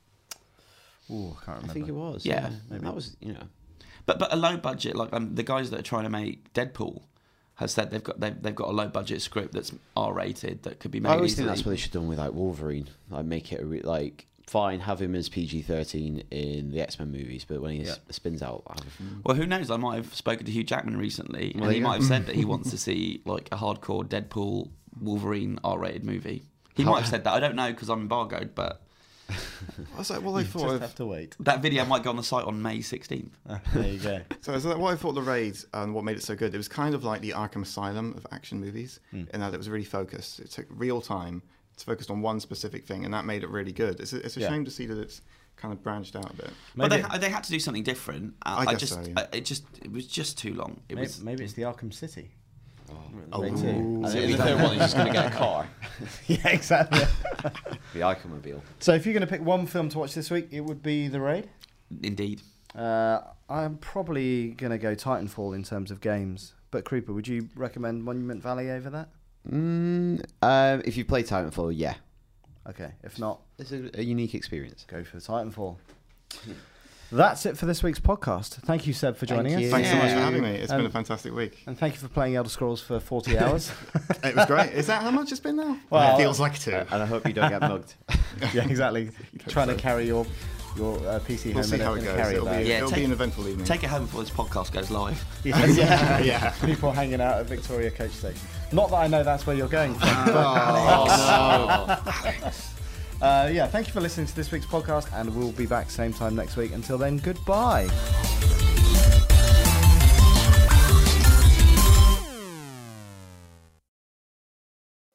Speaker 1: Ooh, I can't remember.
Speaker 4: I think it was.
Speaker 3: Yeah.
Speaker 4: And that was you know.
Speaker 3: But but a low budget like um, the guys that are trying to make Deadpool has said they've got they've, they've got a low budget script that's R rated that could be made.
Speaker 4: I always
Speaker 3: easily.
Speaker 4: think that's what they should have done with like Wolverine. Like make it a re- like fine, have him as PG thirteen in the X Men movies, but when he s- spins out, have him.
Speaker 3: Well, who knows? I might have spoken to Hugh Jackman recently, and he
Speaker 4: you
Speaker 3: might have said that he wants to see like a hardcore Deadpool Wolverine R-rated movie. He
Speaker 4: How-
Speaker 3: might have said that. I don't know because I'm embargoed, but
Speaker 2: I was like, well, I thought.
Speaker 4: just
Speaker 2: Of,
Speaker 4: have to wait.
Speaker 3: that video might go on the site on May 16th.
Speaker 4: there you go.
Speaker 2: So is that what I thought the raid and what made it so good? It was kind of like the Arkham Asylum of action movies, in that it was really focused. It took real time. It's focused on one specific thing, and that made it really good. It's a, it's a
Speaker 4: Yeah.
Speaker 2: shame to see that it's kind of branched out a bit.
Speaker 3: But
Speaker 1: Maybe-
Speaker 3: they, they had to do something different. I,
Speaker 2: I guess
Speaker 3: just
Speaker 2: so, yeah.
Speaker 3: I- it just it was just too long. It
Speaker 1: Maybe,
Speaker 3: was
Speaker 1: maybe it's the Arkham City.
Speaker 2: Oh,
Speaker 4: Rated. And
Speaker 2: so
Speaker 4: then
Speaker 2: we
Speaker 4: the third one, he's just going to get a car.
Speaker 1: yeah, exactly.
Speaker 4: The Iconmobile.
Speaker 1: so if you're going to pick one film to watch this week, it would be The Raid.
Speaker 3: indeed.
Speaker 1: Uh, I'm probably going to go Titanfall in terms of games. But Creeper, would you recommend Monument Valley over that?
Speaker 4: Mm, um, if you play Titanfall, yeah,
Speaker 1: Okay, if not,
Speaker 4: it's a, a unique experience.
Speaker 1: go for Titanfall. That's it for this week's podcast. Thank you, Seb, for
Speaker 4: Thank
Speaker 1: joining
Speaker 4: you.
Speaker 1: us.
Speaker 2: Thanks so much for
Speaker 3: Yeah.
Speaker 2: having me. It's
Speaker 1: Um,
Speaker 2: been a fantastic week.
Speaker 1: And thank you for playing Elder Scrolls for 40 hours.
Speaker 2: It was great. Is that how much it's been now?
Speaker 1: Well,
Speaker 2: it feels like two.
Speaker 4: And I hope you don't get mugged.
Speaker 1: yeah, exactly. Trying to carry your your uh, PC home
Speaker 2: we'll see
Speaker 1: in a-
Speaker 2: how
Speaker 1: in
Speaker 2: it
Speaker 1: a
Speaker 2: goes.
Speaker 1: carrier
Speaker 2: It'll, be,
Speaker 1: bag.
Speaker 3: Yeah,
Speaker 2: it'll
Speaker 3: take-
Speaker 2: be an eventful evening.
Speaker 3: Take it home before this podcast goes live.
Speaker 1: Yeah, yeah.
Speaker 2: yeah.
Speaker 1: People hanging out at Victoria Coach Station. Not that I know that's where you're going from.
Speaker 2: Oh,
Speaker 1: but- Uh, yeah, thank you for listening to this week's podcast, and we'll be back same time next week. Until then, goodbye.